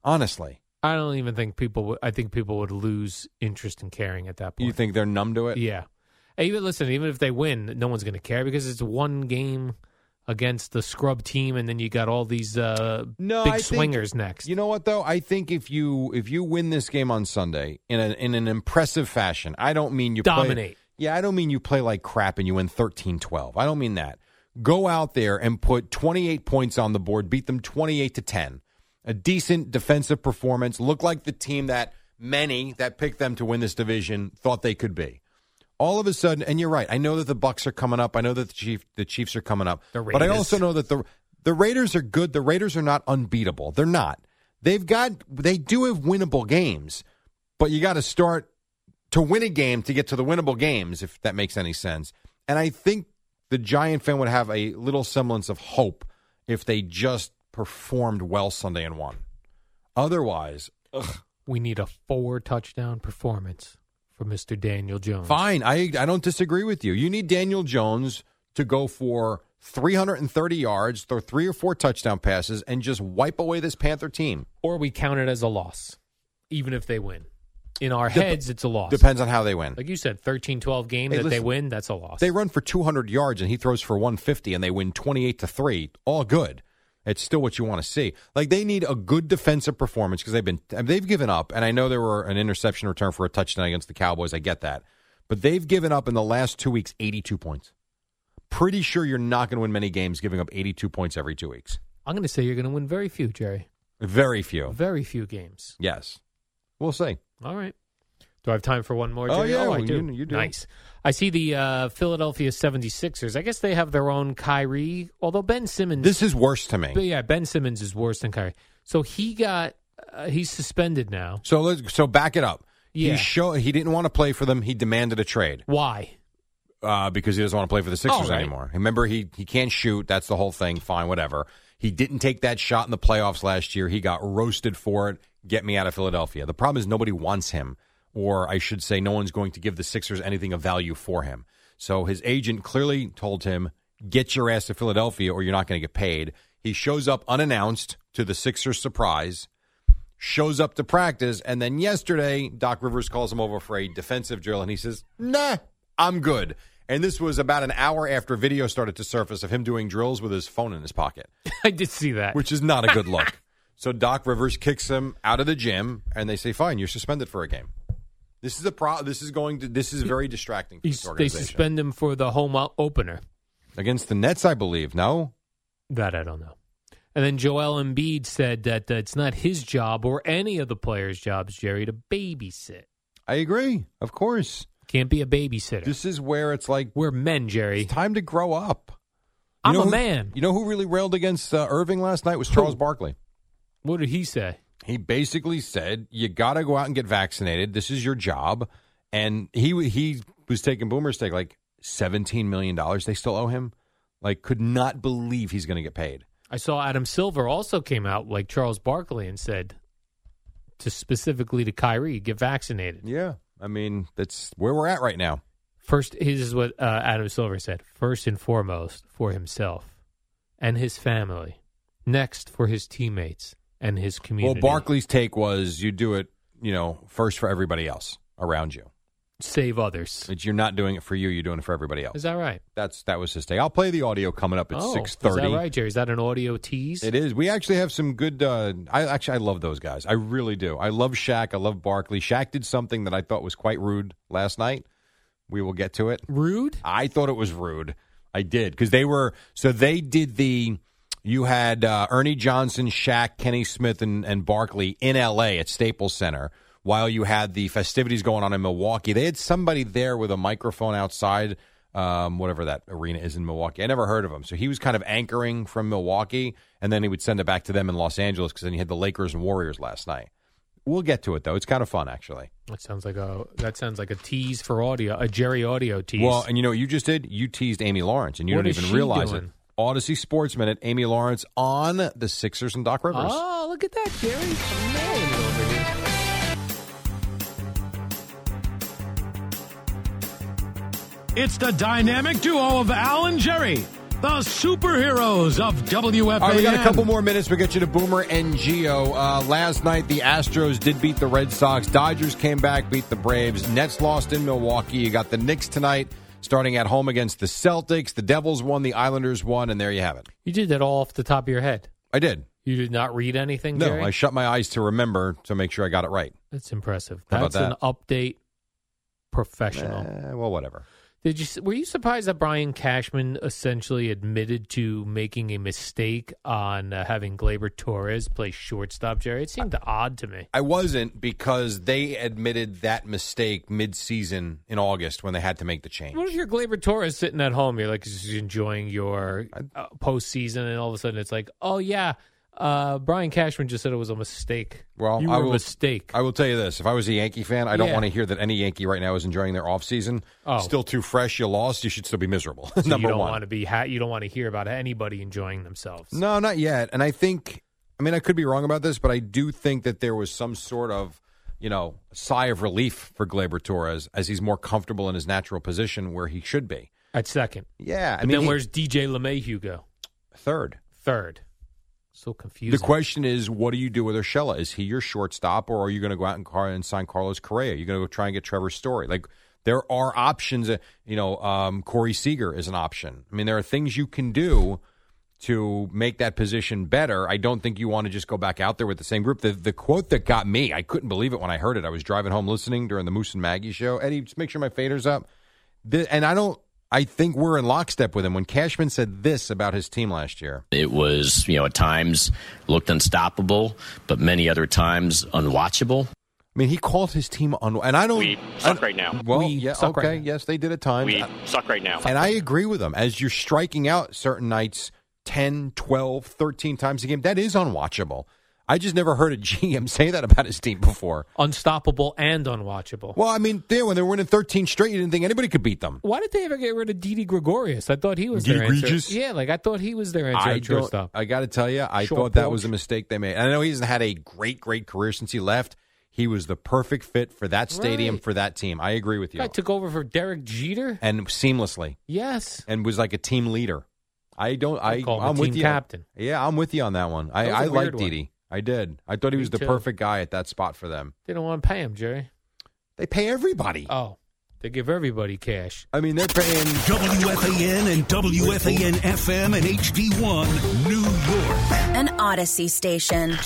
S1: Honestly,
S2: I don't even think people would. I think people would lose interest in caring at that point.
S1: you think they're numb to it?
S2: Yeah. And even listen, even if they win, no one's going to care because it's one game against the scrub team, and then you got all these uh,
S1: No,
S2: big
S1: I think-
S2: swingers next.
S1: You know what though? I think if you if you win this game on Sunday in an in an impressive fashion, I don't mean you play-
S2: Dominate.
S1: Yeah, I don't mean you play like crap and you win 13 12. I don't mean that. Go out there and put 28 points on the board, beat them 28 to 10. A decent defensive performance, look like the team that many that picked them to win this division thought they could be. All of a sudden, and you're right. I know that the Bucks are coming up. I know that the Chief, the Chiefs are coming up.
S2: The
S1: But I
S2: Raiders.
S1: also know that the the Raiders are good. The Raiders are not unbeatable. They're not. They've got they do have winnable games, but you got to start to win a game to get to the winnable games, if that makes any sense. And I think the Giant fan would have a little semblance of hope if they just performed well Sunday and won. Otherwise,
S2: We need a four touchdown performance from Mr. Daniel Jones.
S1: Fine, I I don't disagree with you. You need Daniel Jones to go for 330 yards, throw three or four touchdown passes, and just wipe away this Panther team.
S2: Or we count it as a loss, even if they win. In our
S1: Dep-
S2: heads, it's a loss.
S1: Depends on how they win.
S2: Like you said, 13 12 game
S1: Hey,
S2: that they
S1: listen.
S2: win, that's a loss.
S1: They run for 200 yards and he throws for 150 and they win 28 to 3. All good. It's still what you want to see. Like they need a good defensive performance because they've been I mean, they've given up and I know there were an interception return for a touchdown against the Cowboys. I get that. But they've given up in the last 2 weeks 82 points. Pretty sure you're not going to win many games giving up 82 points every 2 weeks.
S2: I'm going to say you're going to win very few, Jerry.
S1: Very few.
S2: Very few games.
S1: Yes. We'll see.
S2: All right. Do I have time for one more?
S1: Oh,
S2: Jerry?
S1: yeah,
S2: I
S1: well,
S2: do.
S1: you- you do.
S2: Nice. I see the uh, Philadelphia 76ers. I guess they have their own Kyrie, although Ben Simmons.
S1: This is worse to me.
S2: But yeah, Ben Simmons is worse than Kyrie. So he got uh, he's suspended now.
S1: So let's so back it up.
S2: Yeah.
S1: He show he didn't want to play for them. He demanded a trade.
S2: Why?
S1: uh, because he doesn't want to play for the Sixers
S2: Oh, right.
S1: anymore. Remember, he he can't shoot. That's the whole thing. Fine, whatever. He didn't take that shot in the playoffs last year. He got roasted for it. Get me out of Philadelphia. The problem is nobody wants him, or I should say, no one's going to give the Sixers anything of value for him. So his agent clearly told him, "Get your ass to Philadelphia, or you're not going to get paid." He shows up unannounced to the Sixers' surprise shows up to practice, and then yesterday, Doc Rivers calls him over for a defensive drill, and he says, "Nah, I'm good." And this was about an hour after video started to surface of him doing drills with his phone in his pocket,
S2: I did see that.
S1: which is not a good look. so Doc Rivers kicks him out of the gym, and they say, "Fine, you're suspended for a game." This is a pro. This is going to. This is very distracting. For
S2: He's-
S1: this
S2: they
S1: organization.
S2: suspend him for the home o- opener.
S1: against the Nets, I believe. No,
S2: That I don't know. And then Joel Embiid said that uh, it's not his job or any of the players' jobs, Jerry, to babysit.
S1: I agree. Of course,
S2: Can't be a babysitter.
S1: this is where it's like
S2: We're men, Jerry.
S1: it's time to grow up. You
S2: I'm
S1: know
S2: a
S1: who-
S2: man.
S1: You know who really railed against uh, Irving last night was Charles Barkley.
S2: What did he say?
S1: He basically said, "You got to go out and get vaccinated. This is your job." And he he was taking Boomer's take like seventeen million dollars they still owe him. Like, could not believe he's going to get paid.
S2: I saw Adam Silver also came out like Charles Barkley and said to specifically to Kyrie, get vaccinated.
S1: Yeah, I mean that's where we're at right now.
S2: First, this is what uh, Adam Silver said. First and foremost, for himself and his family. Next, for his teammates and his community.
S1: Well, Barkley's take was, "You do it, you know, first for everybody else around you.
S2: save others.
S1: It's, you're not doing it for you. You're doing it for everybody else."
S2: Is that right?
S1: That's that was his take. I'll play the audio coming up at
S2: oh,
S1: six thirty.
S2: Is that right, Jerry? Is that an audio tease?
S1: It is. We actually have some good. Uh, I actually I love those guys. I really do. I love Shaq. I love Barkley. Shaq did something that I thought was quite rude last night. We will get to it.
S2: Rude?
S1: I thought it was rude. I did because they were so they did the. You had uh, Ernie Johnson, Shaq, Kenny Smith, and, and Barkley in L.A. at Staples Center, while you had the festivities going on in Milwaukee. They had somebody there with a microphone outside, um, whatever that arena is in Milwaukee. I never heard of him, so he was kind of anchoring from Milwaukee, and then he would send it back to them in Los Angeles because then you had the Lakers and Warriors last night. We'll get to it though; it's kind of fun actually.
S2: That sounds like a that sounds like a tease for audio, a Jerry audio tease.
S1: Well, and you know what you just did? You teased Amy Lawrence, and you
S2: What
S1: don't
S2: is
S1: even
S2: she
S1: realize it.
S2: doing?
S1: Odyssey Sports Minute, Amy Lawrence on the Sixers and Doc Rivers.
S2: oh, look at that, Jerry! A man over here.
S5: It's the dynamic duo of Al and Jerry, the superheroes of WFAN.
S1: All right, we got a couple more minutes. We'll get you to Boomer and Geo. Uh, last night, the Astros did beat the Red Sox. Dodgers came back, beat the Braves. Nets lost in Milwaukee. You got the Knicks tonight, starting at home against the Celtics. The Devils won, the Islanders won, and there you have it.
S2: You did that all off the top of your head.
S1: I did.
S2: You did not read anything,
S1: No,
S2: Jerry?
S1: I shut my eyes to remember to make sure I got it right.
S2: That's impressive.
S1: How about
S2: That's an update professional.
S1: Eh, well, whatever.
S2: Did you s- were you surprised that Brian Cashman essentially admitted to making a mistake on uh, having Glaber Torres play shortstop, Jerry? It seemed odd to me.
S1: I wasn't because they admitted that mistake mid-season in August when they had to make the change.
S2: What if you're Glaber Torres sitting at home? You're like just enjoying your uh, postseason, and all of a sudden it's like, oh yeah, uh, Brian Cashman just said it was a mistake.
S1: Well,
S2: you were
S1: I
S2: a
S1: will,
S2: mis- mistake.
S1: I will tell you this: if I was a Yankee fan, I don't
S2: Yeah.
S1: want to hear that any Yankee right now is enjoying their offseason.
S2: Oh.
S1: Still too fresh. You lost. You should still be miserable.
S2: so
S1: Number
S2: you don't
S1: one.
S2: want to be ha- you don't want to hear about anybody enjoying themselves.
S1: No, not yet. And I think, I mean, I could be wrong about this, but I do think that there was some sort of, you know, sigh of relief for Glaber Torres as he's more comfortable in his natural position where he should be.
S2: At second,
S1: Yeah, I
S2: But
S1: mean,
S2: then
S1: he-
S2: where's DJ LeMahieu go?
S1: Third.
S2: Third. So
S1: The
S2: confusing.
S1: question is, what do you do with Urshela? Is he your shortstop, or are you going to go out and, car- and sign Carlos Correa? You're going to go try and get Trevor Story. Like there are options. uh, You know, um, Corey Seager is an option. I mean, there are things you can do to make that position better. I don't think you want to just go back out there with the same group. The the quote that got me, I couldn't believe it when I heard it. I was driving home listening during the Moose and Maggie show. Eddie, just make sure my fader's up. The, and I don't. I think we're in lockstep with him. When Cashman said this about his team last year,
S9: It was, you know, at times looked unstoppable, but many other times unwatchable.
S1: I mean, he called his team on, and I don't.
S9: We suck right now.
S1: Well,
S9: We
S1: yeah,
S9: suck right
S1: okay, yes, they did at times. I-
S9: suck right now.
S1: and I agree with them. As you're striking out certain nights 10, 12, 13 times a game, that is unwatchable. I just never heard a GM say that about his team before.
S2: Unstoppable and unwatchable.
S1: Well, I mean, there when they were winning 13 straight, you didn't think anybody could beat them.
S2: Why did they ever get rid of Didi Gregorius? I thought he was their
S1: Didi
S2: answer.
S1: Gregorius?
S2: Yeah, like I thought he was their answer
S1: I
S2: at
S1: don't-
S2: shortstop.
S1: I got to tell you, I
S2: Short
S1: thought that
S2: porch.
S1: was a mistake they made. And I know he's had a great, great career since he left. He was the perfect fit for that stadium
S2: Right.
S1: for that team. I agree with you.
S2: I took over for Derek Jeter.
S1: And seamlessly.
S2: Yes,
S1: and was like a team leader. I don't. I,
S2: call him a
S1: I'm with
S2: team
S1: you.
S2: captain.
S1: Yeah, I'm with you on that one. I,
S2: That was a
S1: I
S2: weird
S1: liked
S2: one.
S1: Didi. I did. I thought he
S2: Me
S1: was the
S2: too.
S1: perfect guy at that spot for them.
S2: they don't want to pay him, Jerry.
S1: They pay everybody.
S2: Oh, they give everybody cash.
S1: I mean, they're paying.
S4: WFAN and WFAN FM and HD1, New York.
S10: An Odyssey station.